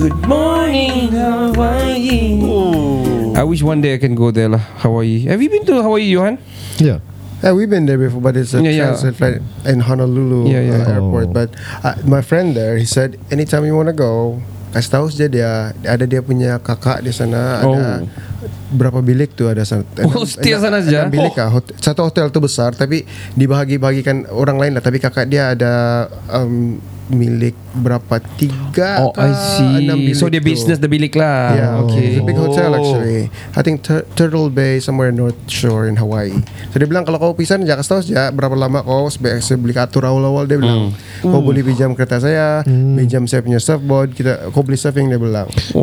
Good morning, Hawaii. I wish one day I can go there lah Hawaii. Have you been to Hawaii, Johan? Ya. Yeah. Yeah, we've been there before, but it's a Yeah, yeah. transit flight in Honolulu Yeah, yeah. Uh, airport. Oh. But uh, my friend there, he said, anytime you want to go, kasih tahu saja dia ada dia punya kakak di sana Oh. ada berapa bilik tuh ada sana Oh, setia sana saja? enam bilik lah Hot- satu hotel tuh besar tapi dibagi-bagikan orang lain lah tapi kakak dia ada um, milik berapa tiga Oh, I kah, Uh, enam see. bilik So dia tuh. business the bilik Ah, lah. Yeah, okay. It's a big Oh. hotel actually. I think Tur- Turtle Bay somewhere in North Shore in Hawaii. So dia bilang kalau kau pisan jangan kasih tahu saja berapa lama kau sebaik saya beli atur awal-awal dia bilang. Hmm. Kau boleh pinjam kereta saya, pinjam saya punya surfboard, kita kau beli surfing dia bilang. Itu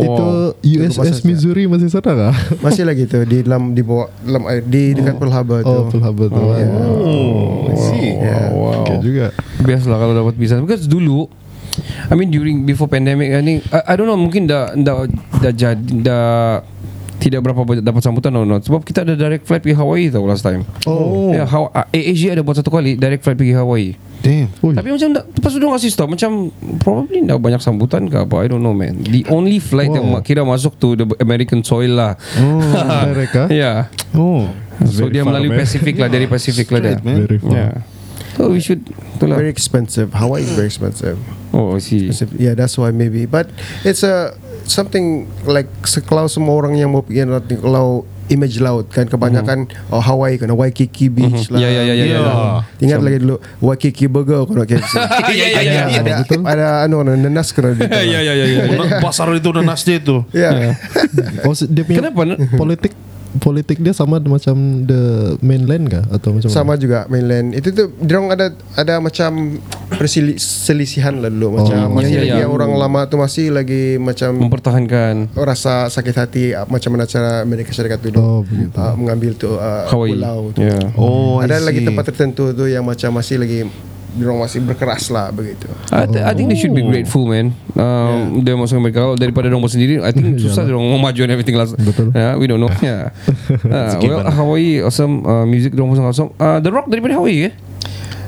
Oh. Lepas USS saja. Missouri masih ah? sana kah? Masih lagi tuh di dalam di bawah dalam air di dekat Pearl Harbor tuh. Oh, Pearl Harbor tuh. Yeah. Wow. Oh. wow. Okay juga. Best lah kalau dapat visa Because dulu I mean during Before pandemic kan ni I, I don't know Mungkin dah Dah Dah jadi Dah tidak berapa banyak dapat sambutan or not sebab kita ada direct flight pergi Hawaii tau last time. Oh. Ya, Haw- A- Asia ada buat satu kali direct flight pergi Hawaii. Damn. Ui. Tapi macam dah, lepas tu dia kasi stop macam probably dah banyak sambutan ke apa I don't know man. The only flight wow. yang ma- kira masuk to the American soil lah. Ya. Oh, direct kah? Yeah. Oh. So dia melalui Pacific lah dari Pacific lah dia. man. Very far. Yeah. So we should itulah. Very expensive. Hawaii is very expensive. Oh, I see. Expensive. Yeah, that's why maybe. But it's a something like se- kalau semua orang yang mau pergi nanti kalau image laut kan kebanyakan oh, Hawaii kan Waikiki Beach lah. Mhm. Ya, ya, ya, ya, ya. Ingat lagi dulu Waikiki Burger kalau KFC. Ya, ya, ya, ya. ada, ada anu nenas kena di tengah. Ya, ya, ya, ya. Pasar itu nanas dia itu. Ya. Oh, se- dia punya Kenapa? Nak? politik politik dia sama macam the mainland kah atau macam Sama juga mainland. Itu tu dia orang ada ada macam perselisihan lah dulu macam Oh. masih Ya, ya, lagi ya. orang lama tu masih lagi macam mempertahankan Oh, rasa sakit hati ah, macam mana cara Amerika Syarikat tu oh, Oh, begitu. uh, mengambil tu uh, Hawaii. Ya. pulau tu. Yeah. Oh, I Ada lagi see. tempat tertentu tu yang macam masih lagi orang masih berkeras lah begitu. I, th- I think they should be Oh. grateful man. Um, Dia masuk Amerika Kalau daripada orang sendiri, I think susah dia orang mau maju and everything lah. Betul. Yeah, we don't know. Yeah. Ah, well, lah. Hawaii awesome uh, music dia orang awesome. Uh, The Rock daripada Hawaii eh?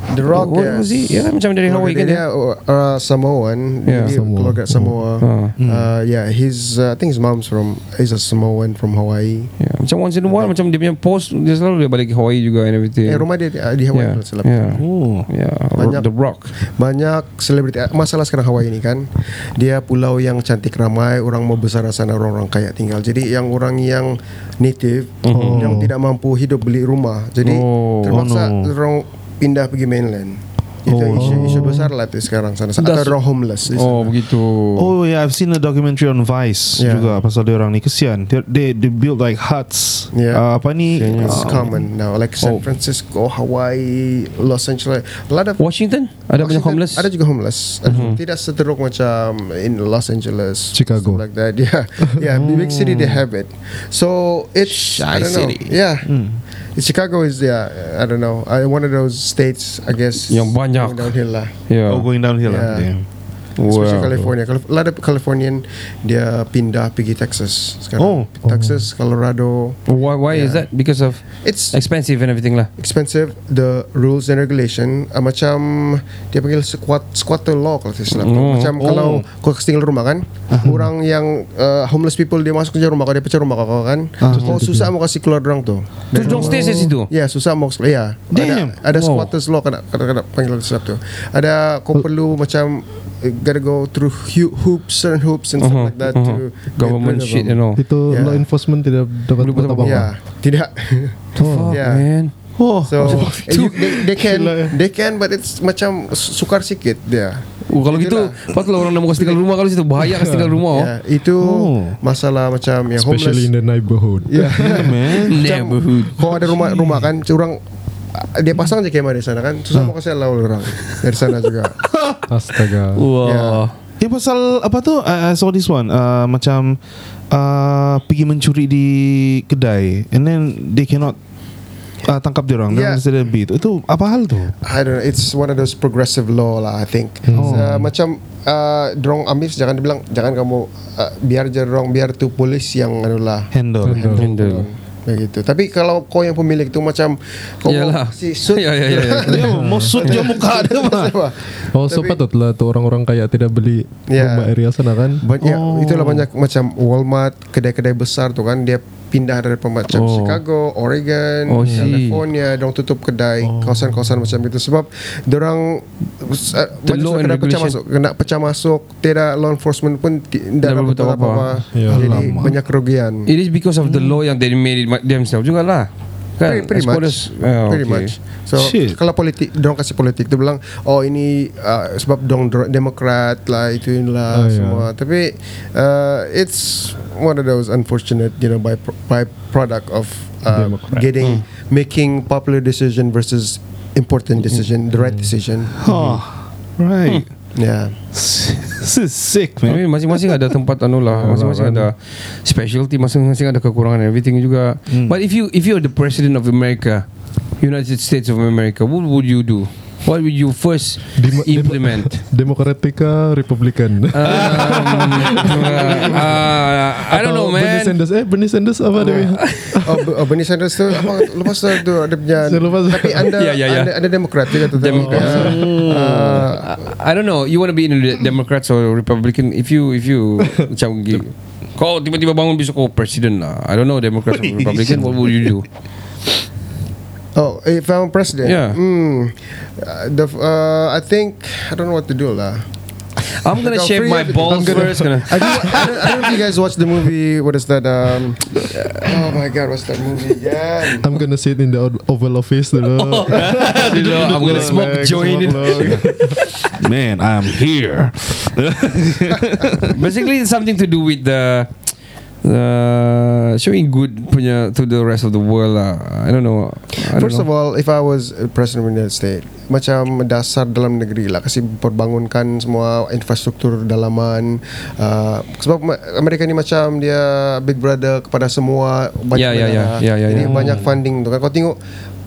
The Rock What was yes. he? Yeah, macam dari Hawaii kan dia. dia uh, Samoan Yeah. yeah. dia Samoa. keluarga Samoa Oh. uh, yeah his uh, I think his mom's from he's a Samoan from Hawaii Yeah. Macam once in a while Macam dia punya post Dia selalu dia balik ke Hawaii juga And everything eh rumah dia di, di Hawaii Yeah, kalau salah. yeah. Oh. yeah. Banyak. The Rock banyak selebriti ah, masalah sekarang Hawaii ini kan dia pulau yang cantik ramai orang mau besar di sana orang-orang kaya tinggal jadi yang orang yang native yang tidak mampu hidup beli rumah jadi Mhm. Oh. terpaksa orang pindah pergi mainland itu isu, isu besar lah tu sekarang sana atau orang homeless di sana. Oh begitu Oh yeah, I've seen a documentary on Vice Yeah. juga pasal dia orang ni kesian. They they, they build like huts. Yeah. Uh, apa ni? It's Uh, common now, like San Ah, Oh. Francisco, Hawaii, Los Angeles. A lot of Washington Ada banyak Washington- homeless Mhm. Ada juga homeless. Uh, Tidak seteruk macam in Los Angeles, Chicago. stuff like that. Yeah, yeah. Big city they have it. So it's I don't know. Yeah, Hmm. Chicago is yeah. I don't know. I, one of those states, I guess. Yang banyak. going Downhill lah. yeah. Oh, going downhill lah. Yeah. Damn. Especially Wow. California. Kalau lot of Californian dia pindah pergi Texas Oh. sekarang. Texas, Colorado. Why, why is that? Yeah. Because of It's Expensive and everything lah expensive the rules and regulation uh, macam dia panggil squat squatter law kalau tidak salah Oh. macam Oh. kalau kau tinggal rumah kan orang yang uh, homeless people dia masuk ke rumah kau dia pecah rumah kau kan kau susah mau kasih keluar orang tu Terus dong stay di situ Ya susah mau keluar ya. Damn. Ada, ada Wow. squatters law kena kena, kena panggilan sesuatu tu. Ada kau perlu macam eh, gotta go through hu- hoops certain hoops and stuff Uh-huh, like that uh-huh. to get Government rid of shit them. and all Uh-huh. Itu Yeah. law enforcement tidak dapat Belum dapat apa-apa. Ya, tidak Fuck Yeah. man Oh, So eh, you, they, they can They can But it's macam su- Sukar sikit dia Oh, kalau gitu Patutlah orang nak kasi tinggal rumah Kalau situ bahaya kasi tinggal rumah oh. Ya, Itu Oh. Masalah macam Yang Especially homeless in the neighborhood. Ya yeah, man. Neighborhood Kau ada rumah rumah kan Orang ah, dia pasang lah je kamera di sana kan Susah mau kasih lawan orang Dari sana juga Astaga. Wah Ya. Eh pasal apa tu I, I saw this one uh, Macam uh, Pergi mencuri di kedai And then They cannot uh, Tangkap dia orang Yeah. yeah. Dia beat Itu apa hal tu I don't know It's one of those progressive law lah I think oh. uh, Macam uh, Dorong ambil Jangan dia bilang Jangan kamu uh, Biar je dorong Biar tu polis yang Anulah Handle Handle. Begitu Tapi kalau kau yang pemilik tu Macam Kau Yalah. si sud Ya, ya, ya, ya. Dia mosut je muka dia mah. Oh, so Tapi- patutlah tu orang-orang kaya tidak beli Ya. rumah area sana kan? banyak oh. itulah banyak macam Walmart kedai-kedai besar tu kan dia pindah dari macam Oh. oh. Chicago, Oregon, Oh, I see. Oh. California, dong tutup kedai kawasan-kawasan macam itu sebab dorang uh, The law and kena pecah regulation. masuk, kena pecah masuk, tidak law enforcement pun ti- Tidak tidak dapat berbuat buat apa-apa. apa-apa. Ya. Jadi Alamak. banyak kerugian. It is because of the law yang they made it ma- themselves juga lah. Kan? As Pretty, pretty much. well as- Ah, Pretty okay. much. So Shit. kalau politik, dong kasih politik, dia bilang, oh ini uh, sebab dong dro- Demokrat lah itu Oh, inilah yeah. semua. Tapi uh, it's one of those unfortunate, you know, by pro- by product of uh, Democrat. getting Hmm. making popular decision versus important decision, the right decision. Hmm. Oh, right. Hmm. Yeah. This is sick, I mean, man. masing-masing ada tempat anu lah masing-masing ada specialty masing-masing ada kekurangan everything juga but if you if you're the president of America United States of America what would you do what would you first Demo- demo- implement Demokratika, um, Republikan. uh, uh, I don't know Atau Bernie man Sanders, eh Bernie Sanders apa dia? Oh, B- oh Bernie Sanders tu apa, lepas tu dia ada punya. Saya lepas. Tapi anda Ya, ya, ya. anda, anda Demokrat juga tu. Democrat. Ah. Uh, I don't know you want to be in the Democrats or Republican if you if you macam gi- kau tiba-tiba bangun besok kau president lah I don't know Democrats or Republican what would you do Oh, if I'm president, Yeah. Hmm. Uh, the f- uh, I think I don't know what to do lah. I'm gonna Go shave free my of- balls I'm gonna- first gonna I, do, I, don't, I don't know if you guys watched the movie. What is that? Um, oh my god, what's that movie again? I'm gonna sit in the Ov- Oval Office dulu. You know, Oh, I'm gonna smoke joint Man, I'm here. Basically, it's something to do with the uh, showing good punya to the rest of the world lah. I don't know. I don't First know. of all, if I was a president of the United States, macam dasar dalam negeri lah, kasi perbangunkan semua infrastruktur dalaman. Uh, sebab ma- Amerika ni macam dia big brother kepada semua. banyak Ya, ya, ya. negara. Ya, ya, Jadi ya. banyak funding tu kan. Kau tengok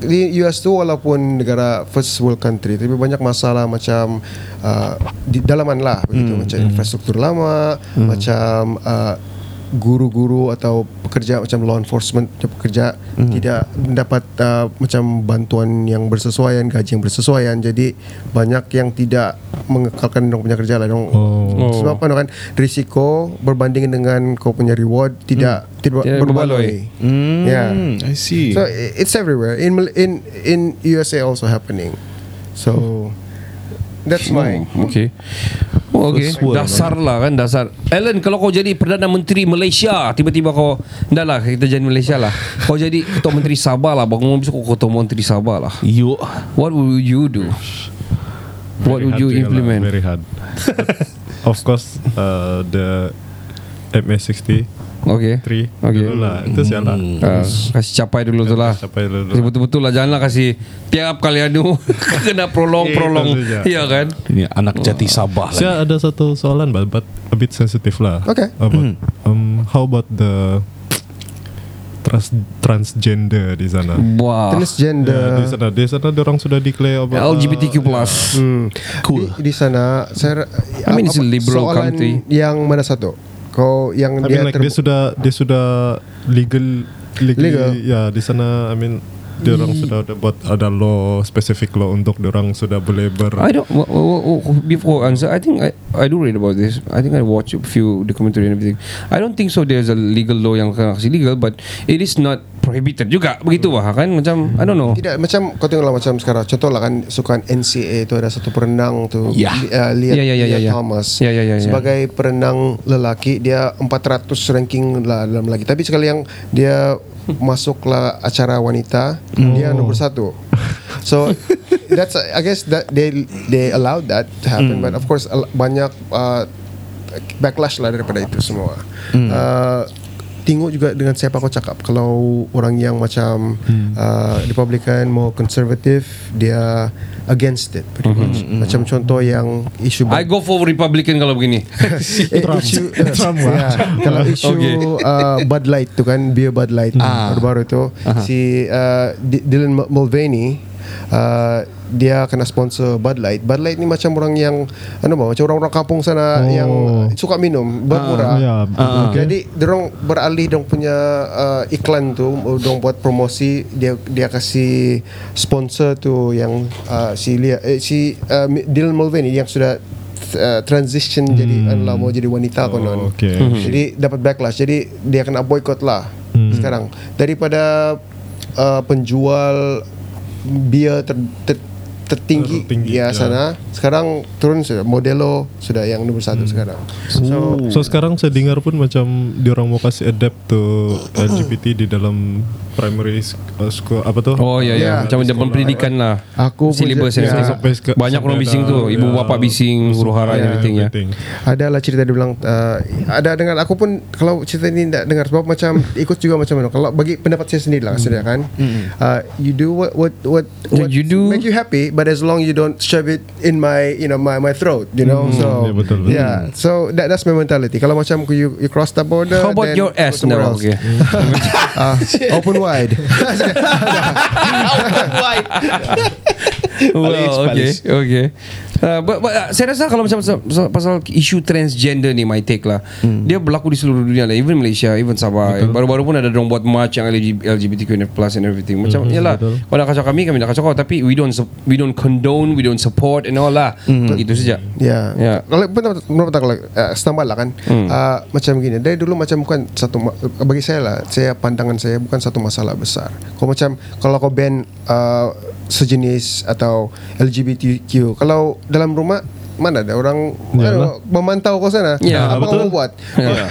di US tu walaupun negara first world country tapi banyak masalah macam uh, di dalaman lah begitu macam infrastruktur lama macam uh, guru-guru atau pekerja macam law enforcement macam pekerja tidak mendapat uh, macam bantuan yang bersesuaian gaji yang bersesuaian jadi banyak yang tidak mengekalkan dong punya kerja lah dong Oh. Oh. sebab apa kan risiko berbanding dengan kau punya reward tidak tidak, Tidak berbaloi, Ya. Mm, Yeah. I see. So i- it's everywhere in Mal- in in USA also happening. So that's my Oh, okay. Oh, okay. First world, dasar lah kan dasar. Alan, kalau kau jadi Perdana Menteri Malaysia, tiba-tiba kau, dah lah kita jadi Malaysia lah. Kau jadi Ketua Menteri Sabah lah. Bangun besok kau Ketua Menteri Sabah lah. You What would you do? What would you implement? lah. Very hard. of course, uh, the MS60 Okay. three Okay. dulu lah. Itu siapa? Ah, kasih capai dulu tu lah Capai dulu. Kasih betul-betul lah Janganlah kasih Tiap kali adu Kena prolong-prolong Itu saja. Iya kan ini anak jati Sabah lah. Saya ada satu soalan but, but a bit sensitive lah. Okay. Hmm. About, um, how about the trans transgender di sana? Wah Ya, di transgender. sana, di sana orang sudah declare about LGBTQ eh, plus Hmm. Di, di sana saya I mean, it's a apa- liberal soalan country. Yang mana satu? Kau yang I Kan dia, mean like terbu- dia sudah dia sudah legal legally, Legal. ya di sana I mean dia orang sudah ada buat ada law specific law untuk dia orang sudah boleh ber I don't w- w- w- before answer I think I, I do read about this I think I watch a few documentary and everything I don't think so there's a legal law yang kena kasih legal but it is not prohibited juga begitu wah kan macam I don't know tidak macam kau tengoklah macam sekarang contoh lah kan sukan NCA itu ada satu perenang tu Ya. Li- uh, Ya, Lia, ya, ya, Lia ya, ya. Thomas Ya, ya, ya, ya. sebagai perenang lelaki dia 400 ranking lah dalam lelaki tapi sekali yang dia masuklah acara wanita dia nomor satu so that's I guess that they they allowed that to happen but of course al- banyak uh, backlash lah daripada itu semua uh, tengok juga dengan siapa kau cakap kalau orang yang macam uh, Republican more conservative dia against it pretty much macam contoh yang isu I go for Republican kalau begini. Eh, isu ya, kalau isu Okay. uh, Bud Light tu kan beer Bud Light Ah. baru-baru tu si uh, D- Dylan Mul- Mulvaney uh, dia kena sponsor Bud Light. Bud Light ni macam orang yang anu bah, macam orang-orang kampung sana Oh. yang suka minum bermurah. ya, Ah. betul. Jadi dorong beralih dorong punya uh, iklan tu dorong buat promosi dia dia kasih sponsor tu yang uh, si Lia, eh, si uh, Dylan Mulvaney yang sudah uh, transition jadi anu lah, mau jadi wanita konon. Hmm. Oh, Hmm. okay. Jadi dapat backlash. Jadi dia kena boycott lah Hmm. sekarang daripada uh, penjual bia ter, ter, tertinggi, Tertinggi, ya ya. sana sekarang turun sudah Modelo sudah yang nomor Hmm. satu sekarang. So So sekarang saya dengar pun macam diorang mau kasih adapt to LGBT di dalam primary sk- uh, school apa tuh? Oh ya Ya. ya, macam dia pendidikan lah. Aku pun Silibus je- ya. ya. Sampai ke- Banyak orang sampai bising ada- tu, ibu ya. bapa bising, huru hara Yeah, and everything ya. everything. Adalah cerita dia bilang uh, Ada dengar Aku pun Kalau cerita ni tak dengar Sebab macam Ikut juga macam mana Kalau bagi pendapat saya sendiri lah Sebenarnya kan uh, You do what what, what Hmm. What you do. Make you happy But as long you don't Shove it in my You know my my throat You know Hmm. So Ya, betul, betul. Yeah So that, that's my mentality Kalau macam you, you cross the border How about then your go ass somewhere now? else. Okay. Ah, Open wide Well, okay, okay. Uh, but, but uh, saya rasa kalau macam pasal, pasal isu transgender ni my take lah. Hmm. Dia berlaku di seluruh dunia lah, even Malaysia, even Sabah. Baru-baru pun ada orang buat march yang LG- LGBTQ plus and everything. Macam hmm, yalah, betul. kalau nak kacau kami kami nak kacau kau tapi we don't sup- we don't condone, we don't support and all lah. Hmm. Itu saja. Ya. Ya. Hmm. Kalau pun menurut menurut aku uh, setambah lah kan. Uh, macam gini. Dari dulu macam bukan satu ma- bagi saya lah. Saya pandangan saya bukan satu masalah besar. Kau macam kalau kau ban uh, sejenis atau LGBTQ. Kalau dalam rumah mana ada orang aduh, Yalah. memantau kau lah. sana Ya, apa betul. kau mau buat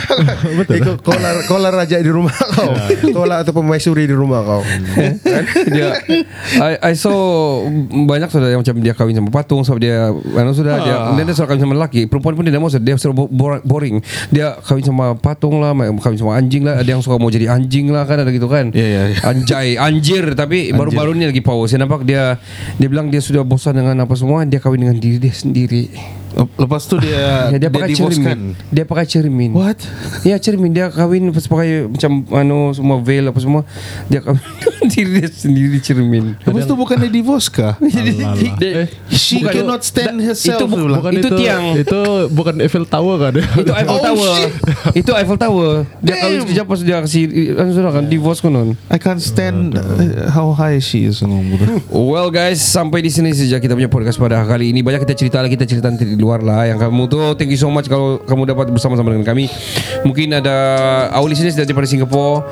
Eh, kau- kau lah kau lah raja di rumah kau Ya. kau lah atau pemaisuri di rumah kau Hmm. Kan? dia I, I saw banyak sudah yang macam dia kahwin sama patung sebab dia anu sudah dia Ah. dan dia sudah kahwin sama lelaki perempuan pun dia tak mau sudah dia sudah bo- bor- boring dia kahwin sama patung lah ma- kahwin sama anjing lah ada yang suka mau jadi anjing lah kan ada gitu kan Ya, ya, ya. anjay anjir tapi baru-baru ni lagi power saya nampak dia dia bilang dia sudah bosan dengan apa semua dia kahwin dengan diri dia sendiri Oh, Lepas tu dia Ya, dia, Ah, dia, pakai cermin divorcekan. dia pakai cermin What? Ya cermin dia kahwin pas pakai macam anu semua veil apa semua dia kahwin dengan diri dia sendiri cermin. Lepas tu bukan dia divorce kah? Jadi dia- Eh, She bukan. cannot stand Da- herself, Itu, bu- dia bilang. lah. bukan itu, tiang. Itu, Itu bukan Eiffel Tower kan? Eiffel Oh, Tower. shit. itu Eiffel Tower. Dia Damn. kahwin sekejap pas dia kasi anu sudah kan divorce konon. I can't stand uh, how high she is. Well guys, sampai di sini saja kita punya podcast pada kali ini. Banyak kita cerita lah, kita cerita nanti di luar lah. Yang kamu tu, thank you so much kalau kamu dapat bersama-sama dengan kami. Mungkin ada our listeners daripada Singapore.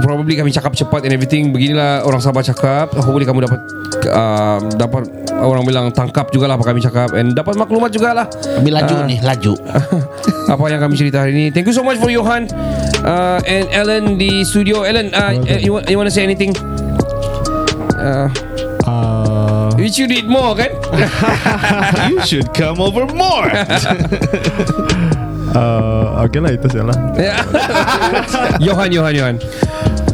Probably kami cakap cepat and everything. Beginilah orang Sabah cakap. Hopefully kamu dapat uh, dapat orang bilang tangkap juga lah apa kami cakap and dapat maklumat juga lah Ambil laju ni Ah. Laju apa yang kami cerita hari ini. Thank you so much for Johan uh, and Ellen di studio. Ellen, uh, you, want- you want to say anything? Uh, Ah, which you need more kan? you should come over more. ah, Oke lah itu sih lah. Yeah. Johan, Johan, Johan.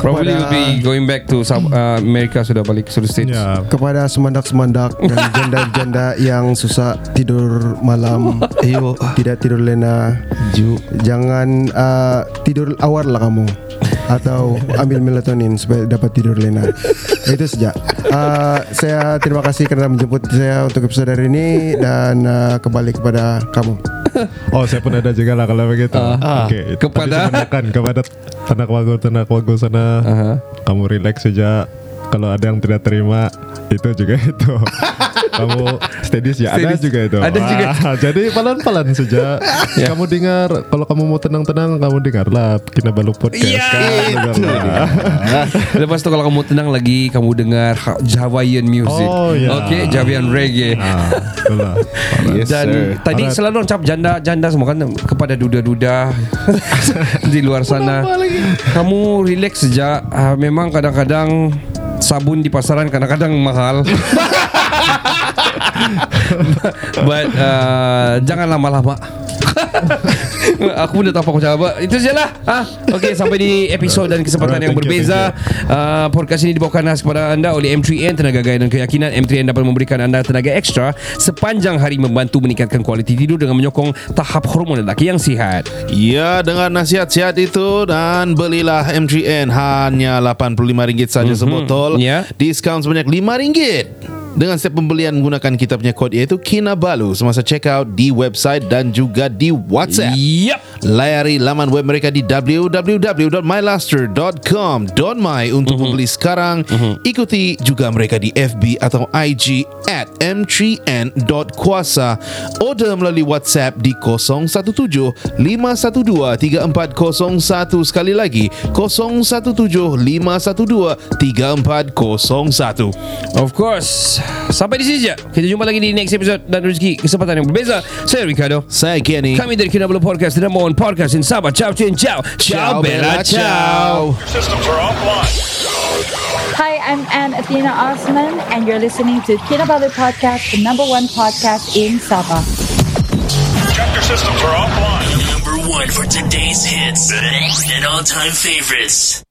Probably will be going back to Sub, uh, America sudah balik sudah States. Ya. kepada semandak-semandak dan janda-janda yang susah tidur malam, ayo tidak tidur lena, jangan uh, tidur awal lah kamu atau ambil melatonin supaya dapat tidur lena. Itu saja. Uh, saya terima kasih kerana menjemput saya untuk episode hari ini dan uh, kembali kepada kamu. Oh saya pun ada juga lah kalau begitu. Oke. Ah, itu Kepada- tadi sebenarkan kepada tanak wago tanak wago sana. Uh-huh. Kamu relax saja. Kalau ada yang tidak terima itu juga itu. Kamu steady ya ada Steady. juga itu. Ada juga. Ya. Wah, Jadi pelan-pelan saja. Kamu dengar kalau kamu mau tenang-tenang kamu dengarlah Kinabalu podcast. Ya, kan? Dengarlah. Lepas tu kalau kamu tenang lagi kamu dengar ha- Hawaiian music. Oh, ya. Okay, Hawaiian reggae. Ah, betul lah. yes, Dan tadi Alright. selalu orang cap janda-janda semua kan kepada duda-duda di luar sana. Kamu relax saja. Ah, memang kadang-kadang sabun di pasaran kadang-kadang mahal. But uh, jangan lama-lama. Aku pun tak tahu apa aku cakap apa Itu je lah ha? Okay sampai di episod dan kesempatan Alright, yang thank you, berbeza uh, Podcast ini dibawakan khas kepada anda oleh M3N Tenaga Gaya dan Keyakinan M3N dapat memberikan anda tenaga ekstra Sepanjang hari membantu meningkatkan kualiti tidur Dengan menyokong tahap hormon lelaki yang sihat Ya, dengar nasihat sihat itu dan belilah M3N hanya RM85 saja mm-hmm. sebotol. Ya. Diskaun sebanyak RM5. Dengan setiap pembelian menggunakan kita punya kod iaitu Kinabalu semasa check out di website dan juga di WhatsApp. Yap Layari laman web mereka di www.mylaster.com.my untuk membeli sekarang. Ikuti juga mereka di FB atau IG at m3n.kuasa. Order melalui WhatsApp di 017 512 3401 sekali lagi 017 512 3401. Of course Sampai di sini je Kita jumpa lagi di next episode Dan rezeki kesempatan yang berbeza Saya Ricardo Saya Kenny. Kami dari Kinabalu Podcast The number one podcast in Sabah Ciao, ciao, ciao Ciao, Bella, ciao Hi, I'm Anne Athena Osman, and you're listening to Kinabalu Podcast, the number one podcast in Sabah. Chapter systems are offline. Number one for today's hits and all-time favorites.